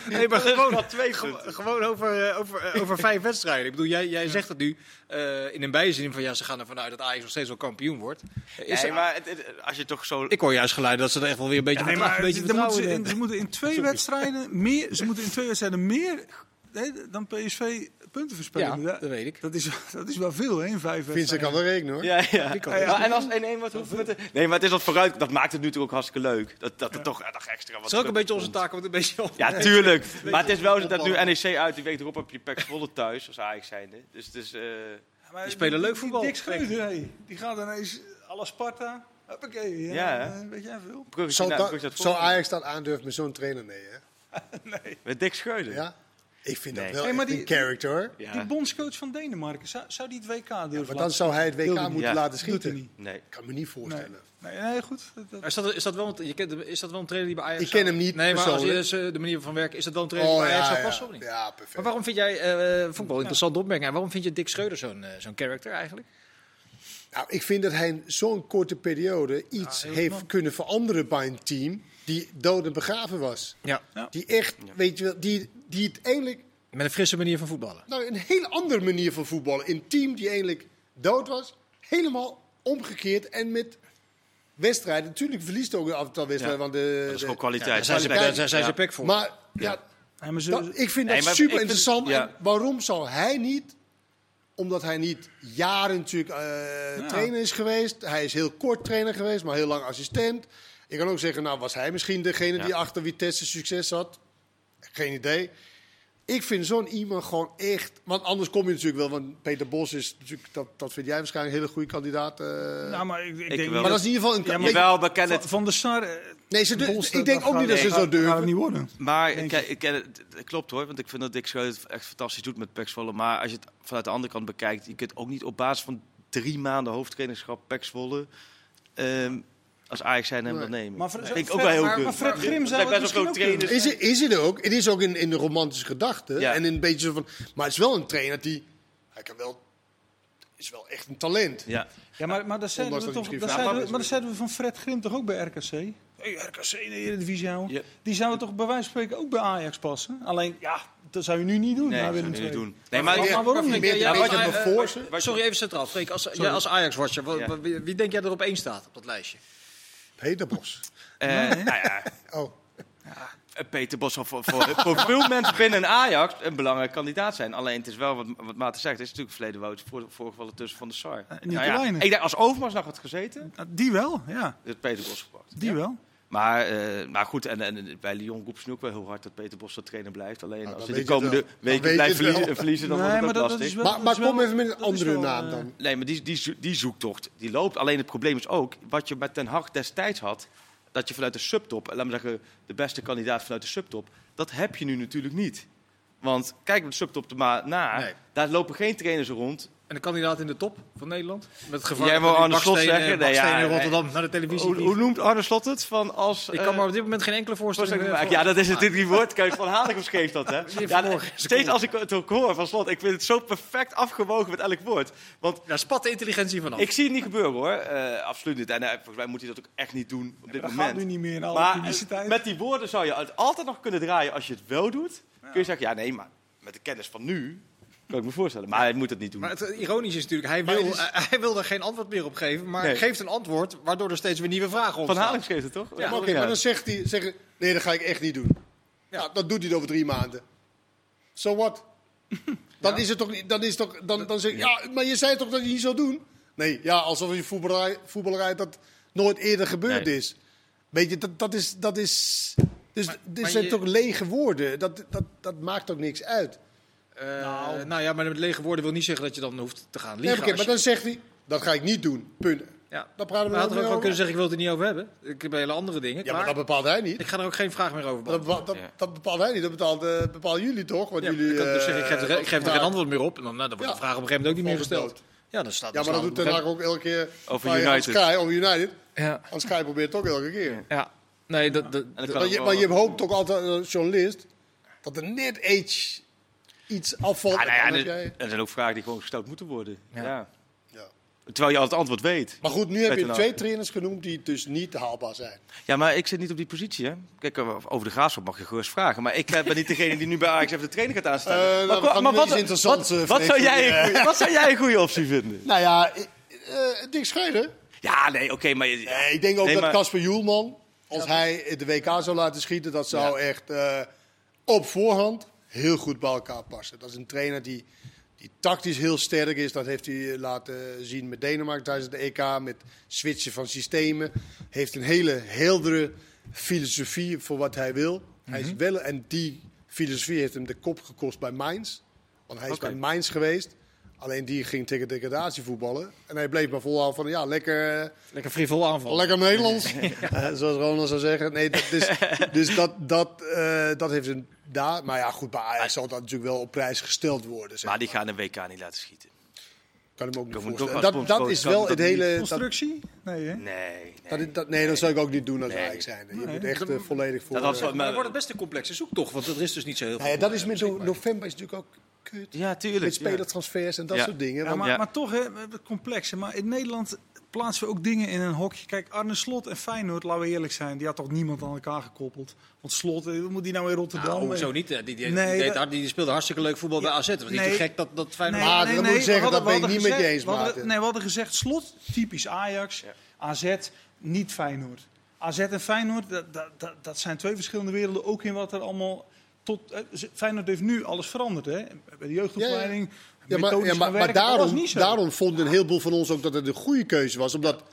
A: Nee, maar gewoon, ge- gewoon over, eh, over, eh, over vijf wedstrijden. Ik bedoel, jij, jij zegt het nu eh, in een bijzin van ja, ze gaan ervan uit dat Ajax nog steeds wel kampioen wordt. Eh, Is,
D: Nee, maar het- het- als je toch zo...
A: Ik hoor juist geluiden dat ze er echt wel weer een beetje,
C: Ja, nee,
A: vertrouwen-
C: maar
A: een beetje
C: dan moeten
A: vertrouwen
C: ze,
A: in
C: in,
A: hebben.
C: ze moeten in twee wedstrijden meer, ze moeten in twee wedstrijden meer hè, dan PSV punten verspelen.
A: Ja, dat weet ik.
C: Dat is, dat is wel veel, hè, in vijf
B: Vincent
C: wedstrijden.
B: kan wel rekenen, hoor.
D: Ja, ja.
A: kan
D: Maar en als 1-1 wordt, hoeft het... Nee, maar het is wat vooruit. Dat maakt het nu natuurlijk ook hartstikke leuk. Dat, dat er toch eh, nog extra wat
A: Het is ook een
D: terug
A: beetje onze
D: komt.
A: taak om het een beetje op
D: Ja, tuurlijk. Maar het is wel zo dat nu NEC uit, die week erop heb je Pax Volle thuis, als Ajax zijnde. Dus het is... eh,
C: Ja, maar
A: Die spelen leuk voetbal.
C: Die Dick Schreuder, hé, die gaat ineens alle Sparta. Hoppakee, ja,
D: Ja, hè?
C: eh, weet jij veel.
D: Bruggetje
B: Zal,
D: naar-
B: dat-
D: Bruggetje naar
B: zal
D: het volgende.
B: Ajax dat aandurven met zo'n trainer? Nee, hè?
D: Met Dick Scheuder.
B: Ja? Ik vind
D: Nee.
B: dat wel
C: Hey, maar
B: echt
C: die-
B: een character, hoor.
D: Ja.
C: Die bondscoach van Denemarken, zou, zou die het WK durven
B: Maar dan
C: laten?
B: zou hij het WK
C: Wilde niet.
B: moeten
D: Ja.
B: laten
C: Doet hij
B: schieten.
C: niet.
B: Ik
D: Nee.
B: kan me niet
C: Nee.
B: voorstellen.
C: Nee, nee, goed. Dat, dat-
A: Maar Is dat, is, dat wel, een- je kent hem- is dat wel een trainer die bij Ajax
B: Ik ken hem
A: zou-
B: niet
A: Nee, maar als je
B: persoonlijk.
A: dus, eh, de manier van werken, is dat wel een trainer die bij Ajax zou passen of niet?
B: Oh, ja, perfect.
A: Maar waarom vind jij, eh voetbal interessant opmerking, en waarom vind je Dick Schreuder zo'n eh, zo'n character eigenlijk?
B: Nou, ik vind dat hij in zo'n korte periode iets heeft kunnen veranderen bij een team die dood en begraven was.
A: Ja.
B: Die echt, weet je wel, die, die uiteindelijk
A: Met een frisse manier van voetballen.
B: nou, een hele andere manier van voetballen. Een team die eigenlijk dood was, helemaal omgekeerd en met wedstrijden. Natuurlijk verliest ook een aantal wedstrijden,
D: Ja.
B: want de,
D: Dat is gewoon
B: de-
A: Ja, daar
D: kwaliteit.
A: zijn ze,
B: Kwaliteit.
A: daar zijn ze
D: Ja.
A: pek voor.
B: maar ja,
C: Nee, maar ze-
B: dat- ik vind
D: Nee,
B: dat
D: maar ik
B: super
D: vind-
B: interessant.
D: ja.
B: En waarom zou hij niet? Omdat hij niet jaren natuurlijk eh, trainer is geweest. Hij is heel kort trainer geweest, maar heel lang assistent. Ik kan ook zeggen, nou was hij misschien degene
D: Ja.
B: die achter Vitesse succes had. Geen idee. Ik vind zo'n iemand gewoon echt... Want anders kom je natuurlijk wel, want Peter Bos is natuurlijk... Dat, dat vind jij waarschijnlijk een hele goede kandidaat. eh.
C: nou, maar ik, ik denk
D: wel.
C: niet
B: maar dat is in ieder geval... Een,
C: Ja,
B: weet-
D: Jawel, we kennen
C: Van,
D: het.
C: van de Sar, eh,
B: nee, ze,
C: Bos,
B: ik denk ook
C: gaat-
B: niet dat ze
C: nee,
B: zo
C: gaat- gaat het
B: durven.
C: niet worden.
D: Maar ik
C: Denk
D: ken, ik ken het, het klopt hoor, want ik vind dat Dick Scheuder het echt fantastisch doet met Pax Zwolle. Maar als je het vanuit de andere kant bekijkt, je kunt ook niet op basis van drie maanden hoofdtrainerschap Pax Zwolle ehm, als Ajax zijn hem dat nemen.
C: Maar
D: Maar
C: Fred-
D: vind ik ook
C: Fred-
D: wel heel
C: maar-
D: dun.
C: maar Fred Grim zou
D: Dat zijn
C: het
D: best wel
C: misschien
D: grote
C: ook kunnen.
D: trainers.
B: Is, het- is het ook. Het is ook in, in de romantische gedachte.
D: Ja.
B: En in een beetje zo van. Maar het is wel een trainer die. Hij kan wel. Is wel echt een talent.
D: Ja.
C: Ja, maar, maar dat zeiden
B: Ondanks dat
C: we toch
B: hij misschien
C: dat
B: vraagt,
C: zeiden
B: maar
C: we,
B: is
C: maar dat zeiden we van Fred Grim toch ook bij RKC? Hey, RKC in de Eredivisie houden.
D: Ja.
C: Die zouden toch bij wijze van spreken ook bij Ajax passen? Alleen, ja, dat zou je nu niet doen.
D: Nee,
C: na
D: dat
C: Willem
D: zou je niet
C: II.
D: doen. Nee, maar,
C: Maar waarom niet?
A: Freek,
B: Meer
A: jij-
B: een
A: jij-
B: beetje
A: jij-
B: bevoorzen.
A: eh, Sorry, even centraal. Freek, als, jij als Ajax-watcher, wa-
D: Ja.
A: wa- wie, wie denk jij er op één staat op dat lijstje?
B: Hederbos.
D: eh, nou ja,
B: Oh.
D: Eh, Peter Bos zal voor, voor, voor veel mensen binnen Ajax een belangrijk kandidaat zijn. Alleen het is wel wat, wat Maarten zegt, het is natuurlijk verleden woud voor, voorgevallen tussen Van de Sar.
C: Eh,
D: Nou
C: Nicolijnen.
D: ik denk als Overmars nog had gezeten,
C: Ah, Die wel, ja.
D: had Peter Bos gepakt.
C: Die wel.
D: Maar, eh, maar goed, en, en bij Lyon roepen ze nu ook wel heel hard dat Peter Bos de trainer blijft. Alleen
B: Nou, dan
D: als ze
B: weet je
D: de
B: het
D: komende
B: wel. Dan weet
D: weken
B: je
D: blijft
B: het wel.
D: verliezen, verliezen dan wordt het ook lastig.
B: Maar, maar
C: dat is wel-
B: kom even met een
C: dat is
B: andere
C: wel,
B: naam
C: eh,
B: dan.
D: Nee, maar die, die, zo- die zoektocht die loopt. Alleen het probleem is ook, wat je met Ten Hag destijds had, dat je vanuit de subtop, laten we zeggen de beste kandidaat vanuit de subtop, dat heb je nu natuurlijk niet. Want kijk met de subtop er maar na,
A: Nee.
D: daar lopen geen trainers rond.
A: En de kandidaat in de top van Nederland? Met het gevaar
D: Jij
A: van
D: wil
A: die
D: Arne Slot
A: bakstenen-
D: zeggen? Nee, ja,
A: bakstenen in
D: nee.
A: Rotterdam naar de televisie.
D: Hoe, hoe noemt Arne Slot het? Van als,
A: ik kan
D: eh,
A: me op dit moment geen enkele voorstelling
D: voorstelling
A: eh,
D: maken. Ja, dat is het dit die woordkeus van Hanegem schreef dat, hè? Ja,
A: vanmorgen.
D: steeds als ik het ook hoor van Slot, ik vind het zo perfect afgewogen met elk woord. Want
A: Daar spat de intelligentie vanaf.
D: ik zie het niet gebeuren, hoor. Eh, absoluut niet. En eh, volgens mij moet hij dat ook echt niet doen op dit
C: Dat gaat
D: moment.
C: nu niet meer in alle
D: Maar
C: publiciteit.
D: met die woorden zou je het altijd nog kunnen draaien als je het wel doet. Kun je zeggen, ja nee, maar met de kennis van nu Kan ik me voorstellen. Maar hij moet het niet doen.
A: Maar het ironische is natuurlijk, hij
B: Maar
A: wil,
B: het is-
A: eh, hij wil daar geen antwoord meer op geven, maar
D: Nee.
A: geeft een antwoord waardoor er steeds weer nieuwe vragen
D: Van
A: ontstaan.
D: Haling schreef het toch?
B: maar oké, maar dan zegt hij, zeg, nee, dat ga ik echt niet doen. Ja. dat doet hij dan over drie maanden. So what? Dan is het toch niet, dan is het toch, dan, dan zeg je, ja, maar je zei toch dat je niet zou doen? Nee, ja, alsof je voetballerij, voetballerij dat nooit eerder gebeurd
D: Nee.
B: is. Weet je, dat, dat is, dat is, dus dit
A: maar
B: zijn
A: je-
B: toch lege woorden. Dat, dat, dat maakt ook niks uit.
A: Eh, nou. ja, maar met lege woorden wil niet zeggen dat je dan hoeft te gaan
B: Nee,
A: liegen.
B: oké,
A: als
B: maar
A: je-
B: dan zegt hij, dat ga ik niet doen, punt.
A: ja.
B: Dan praten we
A: Maar
B: er
A: had er ook
B: ook
A: wel
B: over.
A: kunnen zeggen, ik wil het er niet over hebben. Ik heb hele andere dingen,
B: Ja,
A: klaar.
B: maar dat bepaalt hij niet.
A: Ik ga er ook geen vraag meer over
B: Dat,
A: beantwoorden.
B: bepaalt- dat, dat bepaalt hij niet, dat bepaalt, eh, bepalen jullie toch? Want
A: Ja,
B: jullie,
A: ik kan dus
B: eh,
A: zeggen, ik geef, er, ik geef er geen
B: maar-
A: antwoord meer op. En dan, nou, dan wordt
B: Ja.
A: de vraag op een gegeven moment ook niet meer
B: Volgens
A: gesteld. Ja, dan staat
B: Ja, maar dat doet Ten Hag ook elke keer.
D: Over
B: bij-
D: United.
B: Aan Sky, over United.
A: Ja,
B: Aan Sky probeert het ook elke keer.
A: ja. Nee, dat, dat,
D: En dan
A: dat-
D: kan
B: Maar
D: ook
B: je,
D: wel-
B: maar je hoopt ook altijd als journalist dat er net iets, iets afvalt.
D: Ah, nou ja,
B: En dan
D: er,
B: heb jij-
D: er zijn ook vragen die gewoon gesteld moeten worden. Ja.
A: Ja.
B: Ja.
D: Terwijl je al het antwoord weet.
B: Maar goed, nu heb je
D: Ten Hag.
B: twee trainers genoemd die dus niet haalbaar zijn.
D: Ja, maar ik zit niet op die positie. Hè? Kijk, eh, over de graafschap mag je gerust vragen. Maar ik eh, ben niet degene die nu bij Ajax even de training gaat aanstellen.
B: Eh, nou,
D: maar
B: we gaan nu iets interessants, eh,
D: wat, wat,
B: Freek,
D: zou jij
B: eh.
D: een goeie- wat zou jij een goede optie vinden?
B: Nou ja, eh, eh, Dick Scheuder.
D: Ja, nee, oké, maar... je-
B: Nee, ik denk ook
D: Nee,
B: dat
D: maar-
B: Casper Joelman, als hij de WK zou laten schieten, dat zou echt eh, op voorhand heel goed bij elkaar passen. Dat is een trainer die, die tactisch heel sterk is. Dat heeft hij eh, laten zien met Denemarken tijdens de EK, met switchen van systemen. Heeft een hele heldere filosofie voor wat hij wil. Hij
D: Mhm.
B: is wel, en die filosofie heeft hem de kop gekost bij Mainz. Want hij is
D: Oké.
B: bij Mainz geweest. Alleen die ging tegen degradatie voetballen. En hij bleef maar volhouden van, ja, lekker... eh,
A: lekker frivol aanval.
B: Lekker Nederlands, Eh, zoals Ronald zou zeggen. Nee, dat, dus dus dat, dat, eh, dat heeft een daar. Maar ja, goed, bij Ajax zal dat natuurlijk wel op prijs gesteld worden. Zeg.
D: Maar die gaan een WK niet laten schieten.
B: kan ik me ook niet
D: Kan me toch
B: voorstellen.
D: als
B: Dat, dat
D: bondscoach
B: is
D: kan
B: wel
D: dat
B: het
D: niet
B: hele... Dat,
C: Constructie? Nee, hè?
D: Nee,
B: dat,
D: nee.
B: is- dat, nee, dat zou ik ook niet doen als
D: Nee.
B: Ajax zijn. Je moet echt eh, volledig voor...
D: Dat had zo-
A: Maar dan wordt het best een complexe zoektocht, want er is dus niet zo heel veel.
B: Nou ja, dat is met zo, november is natuurlijk ook kut.
D: Ja,
B: Met
D: tuurlijk. ja.
B: spelertransfers en dat
D: Ja.
B: soort dingen.
C: Ja,
B: want-
C: maar,
D: Ja.
C: maar toch, hè, we hebben het complex. hè. Maar in Nederland plaatsen we ook dingen in een hokje. Kijk, Arne Slot en Feyenoord, laten we eerlijk zijn, die had toch niemand aan elkaar gekoppeld. Want Slot, eh, wat moet die nou in Rotterdam?
A: Nou,
C: Eh,
A: zo niet. hè. Die, die,
C: Nee,
A: die, deed
C: dat-
A: hard- die speelde hartstikke leuk voetbal bij AZ. Het was
C: Nee.
A: niet te gek dat, dat Feyenoord...
B: Maar dan moet ik
C: we
B: zeggen,
C: hadden-
B: dat
C: we
B: ben ik
C: hadden
B: niet met je
C: gezegd-
B: eens,
C: we hadden-
B: Maarten.
C: Nee, we hadden gezegd, slot, typisch Ajax. AZ, niet Feyenoord. AZ en Feyenoord, dat, dat, dat, dat zijn twee verschillende werelden. Ook in wat er allemaal... Tot, eh, ze- Feyenoord heeft nu alles veranderd, hè? Bij de jeugdopleiding,
B: Ja, maar,
C: methodisch
B: ja, maar,
C: gaan
B: maar
C: werken, dat was
B: daarom,
C: niet zo.
B: daarom vonden een heleboel van ons ook dat het een goede keuze was. Omdat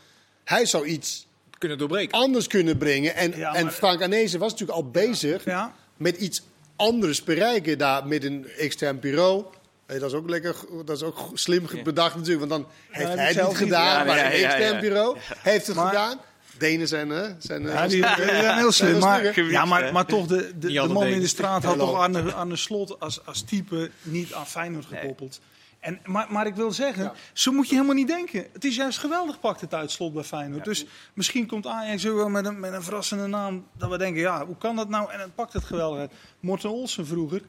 B: hij zou iets
A: kunnen doorbreken.
B: anders kunnen brengen. En,
C: Ja,
B: en
C: maar-
B: Frank Arnezen was natuurlijk al bezig
C: Ja.
B: met iets anders bereiken daar met een extern bureau. Eh, dat is ook lekker, go- dat is ook go- slim ge- bedacht natuurlijk, want dan heeft hij
C: heb ik
B: het niet
C: zelf niet-
B: gedaan,
D: Ja,
B: maar
D: ja,
B: een
D: ja,
B: extern
D: ja.
B: bureau heeft het
C: Maar-
B: gedaan. Denen zijn, hè, zijn eh,
C: Ja, die, die zijn heel slim.
B: dat is
C: Maar,
D: leuk, hè?
C: ja, maar, maar toch, de, de,
A: Niet
C: de
A: altijd
C: man in
A: deden.
C: de straat had
B: Hallo.
C: toch Arne, Arne Slot als, als type niet aan Feyenoord gekoppeld. En, maar, maar ik wil zeggen, zo moet je helemaal niet denken. Het is juist geweldig pakt het uit Slot bij Feyenoord. Dus misschien komt Ajax ook wel met een, met een verrassende naam. Dat we denken, ja, hoe kan dat nou? En het pakt het geweldig uit. Morten Olsen vroeger.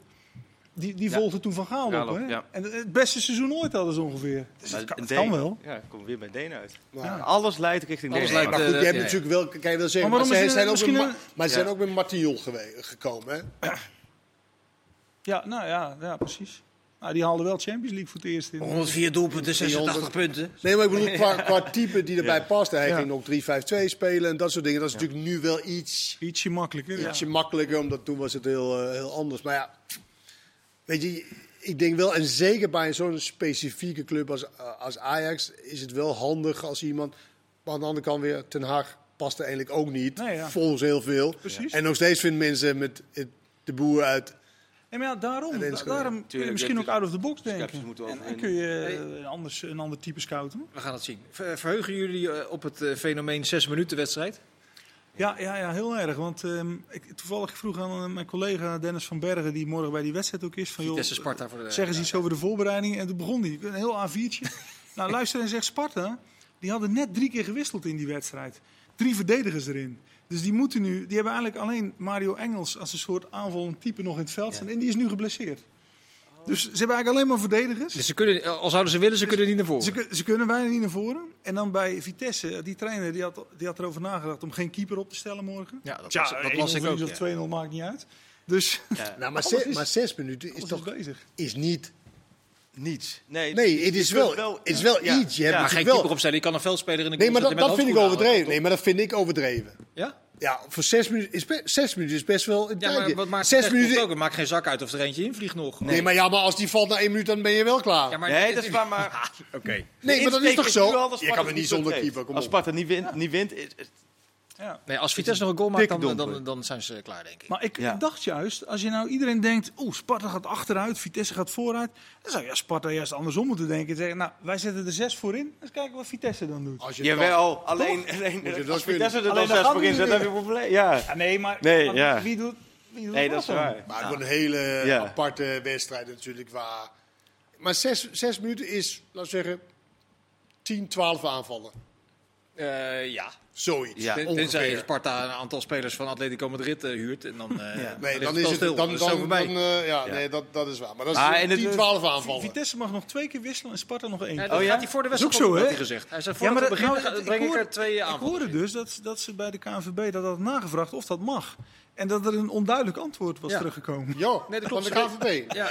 C: Die, die volgde toen Van Gaal
D: Gaal
C: op.
D: op,
C: Hè?
D: ja.
C: En het beste seizoen ooit hadden ze ongeveer. Dus
D: Maar
C: het kan,
D: een
C: het kan
D: Deen.
C: wel.
D: Ja, ik kom weer bij Deen uit.
B: Ja.
D: Alles leidt richting
A: Alles
D: Denemarken.
B: Maar
A: Eh,
B: goed, je
A: dat-
B: hebt
A: ja, ja.
B: natuurlijk wel, kijk, je wil zeggen,
C: Maar
B: maar,
C: waarom
B: ze
C: is
B: zijn,
C: er
B: ook met,
C: misschien
B: Ma- maar ze
D: Ja.
B: zijn ook met Martiol gewe- gekomen. Hè?
C: Ja, nou ja, ja precies. Nou, die haalden wel Champions League voor het eerst in.
A: 104 doelpunten, 86 punten.
B: Nee, maar ik bedoel, qua, qua type die erbij past. Hij
C: Ja.
B: ging ook 3-5-2 spelen en dat soort dingen. Dat is natuurlijk nu wel iets...
C: Ietsje makkelijker. ja.
B: ietsje makkelijker, omdat toen was het heel, eh, heel anders. Maar ja, weet je, ik denk wel, en zeker bij zo'n specifieke club als, eh, als Ajax, is het wel handig als iemand. Maar aan de andere kant weer, Ten Haag past er eigenlijk ook niet.
C: Nee, ja.
B: Volgens heel veel.
C: Precies.
B: En nog steeds vinden mensen met het- de boer uit.
C: Nee, maar ja, daarom,
B: En
C: da-
B: Enschede.
C: daarom kun je
D: Tuurlijk,
C: misschien
D: ja,
C: ook out of the box
D: Sceptisch
C: denken.
D: moeten we
C: En dan
D: overwinnen.
C: kun je eh, anders, een ander type scouten.
A: We gaan het zien. Ver- Verheugen jullie eh, op het eh, fenomeen 6 minuten wedstrijd?
C: Ja, ja, ja heel erg. Want ehm, ik, toevallig vroeg aan eh, mijn collega Dennis van Bergen, die morgen bij die wedstrijd ook is, van joh,
A: Vitesse Sparta voor de...
C: zeg eens iets over de voorbereiding. En toen begon hij, een heel A4'tje. nou, luister en zeg, Sparta, die hadden net drie keer gewisseld in die wedstrijd. Drie verdedigers erin. Dus die moeten nu, die hebben eigenlijk alleen Mario Engels als een soort aanvallend type nog in het veld staan. En die is nu geblesseerd. Dus ze hebben eigenlijk alleen maar verdedigers.
A: Dus ze kunnen, eh, al zouden ze willen, ze kunnen niet naar voren.
C: Ze, kun- ze kunnen bijna niet naar voren. En dan bij Vitesse, die trainer die had, die had erover nagedacht om geen keeper op te stellen morgen.
A: Ja, dat las- dat las ik
C: 1-0
A: ook,
C: verlies
A: ja.
C: Of 2-0 maakt niet uit. Dus
B: Nou, maar, ze- maar zes minuten is
C: is
B: toch
C: toch bezig.
B: is niet
D: niets. Nee,
B: Nee,
D: je-
B: het
D: je
B: is
D: kunt
B: wel, het is wel
D: ja,
B: iets. Je hebt
D: ja.
A: maar geen
B: natuurlijk
A: keeper
B: wel-
A: opstellen, die kan een veldspeler in de
B: Nee,
A: goal
B: maar dat,
A: zetten
B: dat
A: met
B: vind ik
A: handschoenen
B: overdreven. Nee, maar dat vind ik overdreven.
A: aan. Ja?
B: Ja, voor zes minuten is, be- zes minuten is best wel een
A: Ja, maar
B: tijdje.
A: wat maakt
B: zes minuten...
A: ook? Het maakt geen zak uit of er eentje invliegt nog.
B: Nee, maar ja, maar als die valt na één minuut, dan ben je wel klaar.
A: Ja, maar
D: Nee, dat is waar, maar...
A: Oké.
B: nee, maar dat is toch
D: Insteek nu al
B: zo?
D: dat
B: Je
D: Sparta
B: kan er
D: het
B: niet zonder
D: teruggeeft.
B: keeper, kom
D: Als
B: op.
D: Sparta niet, win, niet wint... is- is-
C: Ja.
A: Nee, als Vitesse nog een goal maakt, dan, dan,
D: Pikdomper.
A: dan, zijn ze klaar, denk ik.
C: Maar ik,
D: Ja.
C: ik dacht juist, als je nou iedereen denkt, oeh, Sparta gaat achteruit, Vitesse gaat vooruit. Dan zou ja, Sparta juist andersom moeten denken. En zeggen, nou, wij zetten er zes voor in, eens kijken wat Vitesse dan
D: Oh.
C: doet.
B: Als je het kan.
D: Jawel, alleen, alleen
B: je dat kunnen.
D: als Vitesse er
C: Alleen dan
D: dan zes
C: gaan
D: voor
C: we
D: in zet,
C: niet
D: dan heb je een probleem. Ja,
C: Ja, nee, maar
D: Nee,
C: maar
D: ja.
C: wie doet, wie doet
D: nee, dat is
C: dan?
D: waar.
B: Maar het wordt een hele
D: Ja.
B: aparte wedstrijd natuurlijk. Waar... Maar zes, zes minuten is, laten we zeggen, 10, 12 aanvallen.
A: Eh, ja.
B: Zoiets.
D: Ja.
A: Ten- Tenzij
B: ongeveer.
A: Sparta een aantal spelers van Atletico Madrid eh, huurt. En dan, eh,
B: Nee,
A: dan
B: dan is het
A: stil.
B: dan,
A: Dat
B: dan,
A: is zo
B: dan,
A: voorbij.
B: eh, ja,
D: Ja.
B: nee, dat, dat is waar. Maar dat is
D: Maar in het-
B: 10, 12 aanvallen.
C: Vitesse mag nog twee keer wisselen en Sparta nog één.
A: Ja,
C: keer.
A: dat
D: Oh ja?
A: gaat hij voor de
C: Dat is
A: wedstrijd
C: ook zo,
A: op, had hij
C: hè?
A: gezegd. Hij zei, voor het begin
C: nou,
A: ga-
C: ik
A: breng ik,
C: hoorde-
A: er twee aan.
C: Ik hoorde dus dat, dat ze bij de KNVB dat had nagevraagd of dat mag. En dat er een onduidelijk antwoord was
A: Ja.
C: teruggekomen.
B: Jo,
A: Nee, dat
B: van
A: klopt.
B: de KVB.
A: Ja.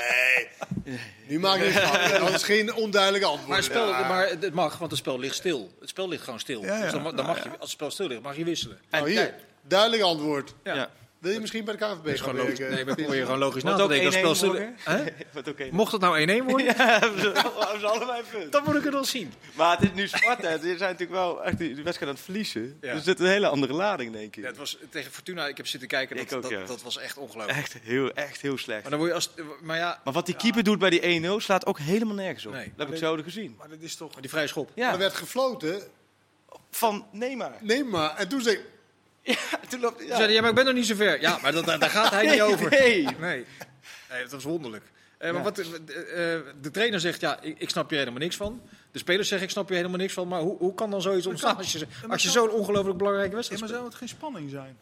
B: Nee, nu maak ik het Dat is geen onduidelijke antwoord.
A: Maar, het spel,
B: Ja.
A: maar het het mag, want het spel ligt stil. Het spel ligt gewoon stil.
C: Ja, ja.
A: Dus dan, ma- dan mag je, als het spel stil ligt, mag je wisselen.
B: Nou, hier, duidelijk antwoord.
A: Ja.
D: Ja.
B: Wil je misschien bij de KVB
A: Dat is
B: gaan
A: gewoon logisch.
B: werken?
A: Nee, maar probeer je gewoon logisch na
D: Wordt
A: te
D: ook
A: denken. Als het spel
D: 1-1
A: stil- Hè?
D: Wat oké.
A: Mocht het nou 1-1 worden,
D: Hebben ze- hebben ze allebei een punt.
A: dan moet ik het wel zien.
D: Maar het is nu Sparta. Ze zijn natuurlijk wel echt die die wedstrijd aan het verliezen.
A: Ja.
D: Dus er zit een hele andere lading, denk ik.
A: Ja, het was tegen Fortuna, ik heb zitten kijken, dat,
D: Ik ook,
A: dat,
D: ja.
A: dat was echt ongelooflijk.
D: Echt heel, echt heel slecht.
A: Maar, dan word je als, maar ja,
D: Maar wat die keeper doet bij die 1-0 slaat ook helemaal nergens op.
A: Nee.
D: Dat heb ik zo gezien.
C: Maar dat is toch...
A: die vrije schop.
B: Er
D: Ja,
B: werd gefloten.
D: van Neymar.
B: Neem maar. En toen zei ik,
D: Ja, toen loopt
A: Toen zei hij, ja, maar ik ben nog niet zo ver. Ja, maar dat, daar daar gaat hij niet over.
D: Nee.
A: Nee. nee, dat was wonderlijk. Eh, maar wat, eh, eh, de trainer zegt, ja, ik, ik snap je helemaal niks van. De spelers zeggen, ik snap je helemaal niks van. Maar hoe, hoe kan dan zoiets ontstaan als je,
C: maar
A: als je
C: kan-
A: zo'n ongelooflijk belangrijke
C: Ja,
A: wedstrijd
C: maar
A: speelt?
C: zou het geen spanning zijn?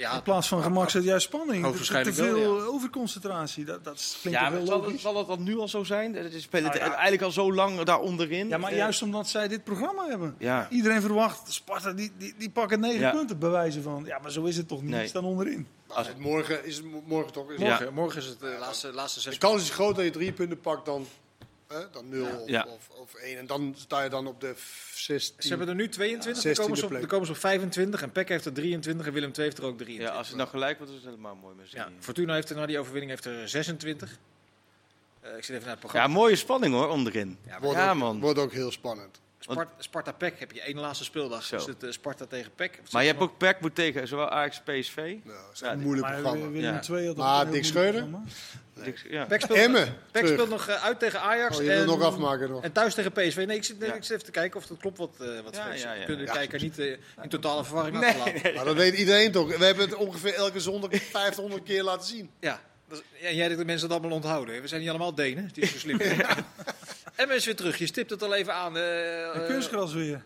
A: Ja,
C: In plaats van gemak zit juist spanning. Te
A: Hoogstwaarschijnlijk
C: veel eh,
A: wel,
C: overconcentratie. Dat, dat klinkt
D: Ja,
C: toch
D: maar
C: heel
D: zal,
C: logisch.
D: het- zal dat dan nu al zo zijn? Ze spelen
C: Nou
D: het
C: ja.
D: eigenlijk al zo lang daaronderin.
C: Ja, maar
D: Eh,
C: juist omdat zij dit programma hebben.
D: Ja.
C: Iedereen verwacht, Sparta die, die, die pakken negen
D: Ja.
C: punten bij wijze van. Ja, maar zo is het toch niet.
D: Nee.
C: Die staan onderin.
B: als het morgen is, het mo- morgen toch? Is het-
A: morgen, morgen is het eh, de laatste, laatste zes
B: De kans is groot dat je drie punten pakt dan, hè, dan nul of,
D: Ja.
B: Of, of één. En dan sta je dan op de f- 16.
A: Ze hebben er nu 22, dan
B: 16e
A: komen ze op,
B: plek.
A: dan komen ze op 25. En Peck heeft er 23 en Willem II heeft er ook 23.
D: Ja, als het nou gelijk wordt, is het helemaal mooi. Misschien.
A: Ja,
D: Ja.
A: Fortuna heeft er na die overwinning heeft er 26. Eh, ik zit even naar het
D: ja,
A: programma.
D: mooie spanning hoor, onderin.
A: Ja, maar
B: Wordt,
D: Ja,
B: ook,
D: man.
B: wordt ook heel spannend.
A: Spart- Sparta-Pek E heb je één laatste speeldag.
D: Zo.
A: Is het eh, Sparta tegen Pek?
D: Maar je hebt ook Perk moet tegen zowel Ajax PSV.
B: Nou, dat is
D: Ja,
B: een
D: die-
B: moeilijk
C: Maar eh,
B: programma.
C: Willem
D: Ja.
C: II had ook
B: Maar
C: een heel
B: Dick
C: moeilijk
B: Scheuder?
C: programma.
D: Ja.
A: Pek E speelt,
B: Emmen.
A: Pek
B: terug.
A: speelt nog eh, uit tegen Ajax.
B: Oh, je wil
A: en,
B: nog afmaken nog.
A: en thuis tegen PSV. Nee, ik zit, nee,
D: Ja.
A: ik zit even te kijken of dat klopt wat, eh wat
D: Ja,
A: Fred zegt.
D: ja, ja,
A: We kunnen
B: ja.
A: de kijker niet eh, in totale verwarring achterlaten.
B: Maar dat weet iedereen toch? We hebben het ongeveer elke zondag 500 keer laten zien.
A: Ja. dat is- ja, en jij denkt dat mensen dat allemaal onthouden. hè? We zijn niet allemaal Denen, die is zo slim. En mensen weer terug. Je stipt het al even aan. eh,
C: En kunstgras weer.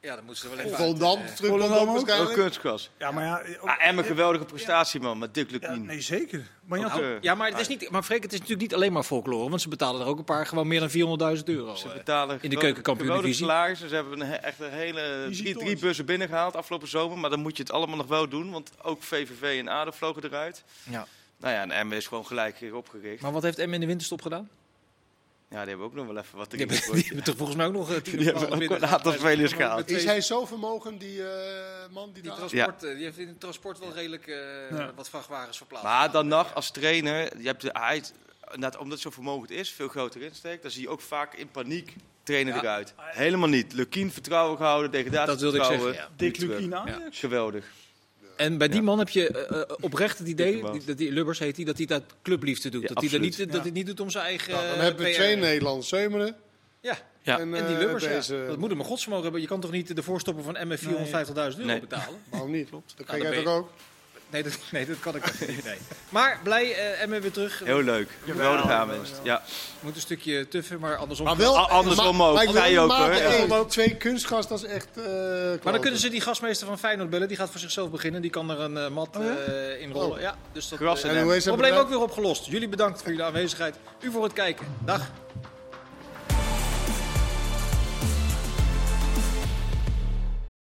A: ja, dat moeten ze er
B: Oh,
A: wel even uit.
B: Volendam
A: Eh,
B: terugkomt ook
C: Volendam ook?
D: Ook
B: waarschijnlijk.
D: kunstgras.
C: Ja, maar ja... ook-
D: Ah, en een geweldige prestatie, man, met Dick
C: ja,
D: Lukien.
C: nee, zeker. Maar je had
D: Want,
C: ook-
D: eh,
A: Nou, Ja, maar, het is niet, maar Freek, het is natuurlijk niet alleen maar folklore. Want ze betalen er ook een paar gewoon meer dan 400.000 euro.
D: Ze
A: eh.
D: betalen
A: in de
D: geweldig-
A: keukenkampioen-divisie.
D: geweldig salaris. Ze hebben een, he- echt een hele
C: Easy
D: drie,
C: toys.
D: drie bussen binnengehaald afgelopen zomer. Maar dan moet je het allemaal nog wel doen. Want ook VVV en ADO vlogen eruit.
A: Ja.
D: Nou ja, en Emmen is gewoon gelijk weer opgericht.
A: Maar wat heeft M in de winterstop gedaan?
D: Ja, die hebben ook nog wel even wat te
A: Die hebben, die hebben toch volgens mij ook nog eh, 10
D: Die hebben ook een aantal spelers gehaald.
B: Is hij zo vermogend, die eh, man
A: eh,
B: die
A: Die,
B: daar...
A: transport, eh, die heeft in het transport wel redelijk eh, wat vrachtwagens verplaatst.
D: Maar dan nog, als trainer, je hebt de, hij, inderdaad, omdat het zo vermogend is, veel groter insteekt. Dan zie je ook vaak in paniek trainer
A: Ja.
D: eruit. Helemaal niet. Lukien vertrouwen gehouden, degradatie
A: Dat wilde ik
D: vertrouwen.
A: zeggen,
C: Dick
D: Nu terug.
C: Lukien Ajax.
D: Geweldig.
A: En bij die man heb je eh, eh, oprecht het idee,
D: Dikkerbaas.
A: die- dat die Lubbers heet die, dat hij dat clubliefde doet.
D: Ja,
A: dat hij dat niet,
D: absoluut.
A: dat hij het niet doet om zijn eigen.
B: Nou, dan
A: eh,
B: hebben we
A: PR.
B: twee Nederlanders. Zeumeren.
A: Ja.
D: Ja.
A: En die
B: eh,
A: Lubbers, ja.
B: deze-
A: dat moet hem een godsvermogen hebben. Je kan toch niet de voorstopper van MF 450.000 euro
D: Nee.
A: betalen?
B: Waarom niet? Dat kan
A: Nou, dan
B: jij
A: ben
B: toch ook?
A: Nee, dat, nee, dat kan ik ook niet. Nee. Maar blij, eh Emmen weer terug.
D: Heel leuk. Geweldige aanwinst. Ja.
A: Moet een stukje tuffen, maar andersom.
B: Maar
D: A-
B: wel,
D: andersom
B: maar-
D: ook.
B: Maar ik wil
D: Zij ook,
B: maar-
D: hoor. Ja.
B: hey, twee kunstgas, dat is echt. eh,
A: Maar
B: kloten.
A: dan kunnen ze die gastmeester van Feyenoord bellen. Die gaat voor zichzelf beginnen. Die kan er een eh, mat
C: Oh ja?
A: eh, in rollen.
B: Oh.
A: Ja, dus dat
D: Gras
A: eh,
D: en
B: En hoe heet ze
A: probleem ook
B: bedrijf?
A: weer opgelost. Jullie bedankt voor jullie aanwezigheid. U voor het kijken. Dag.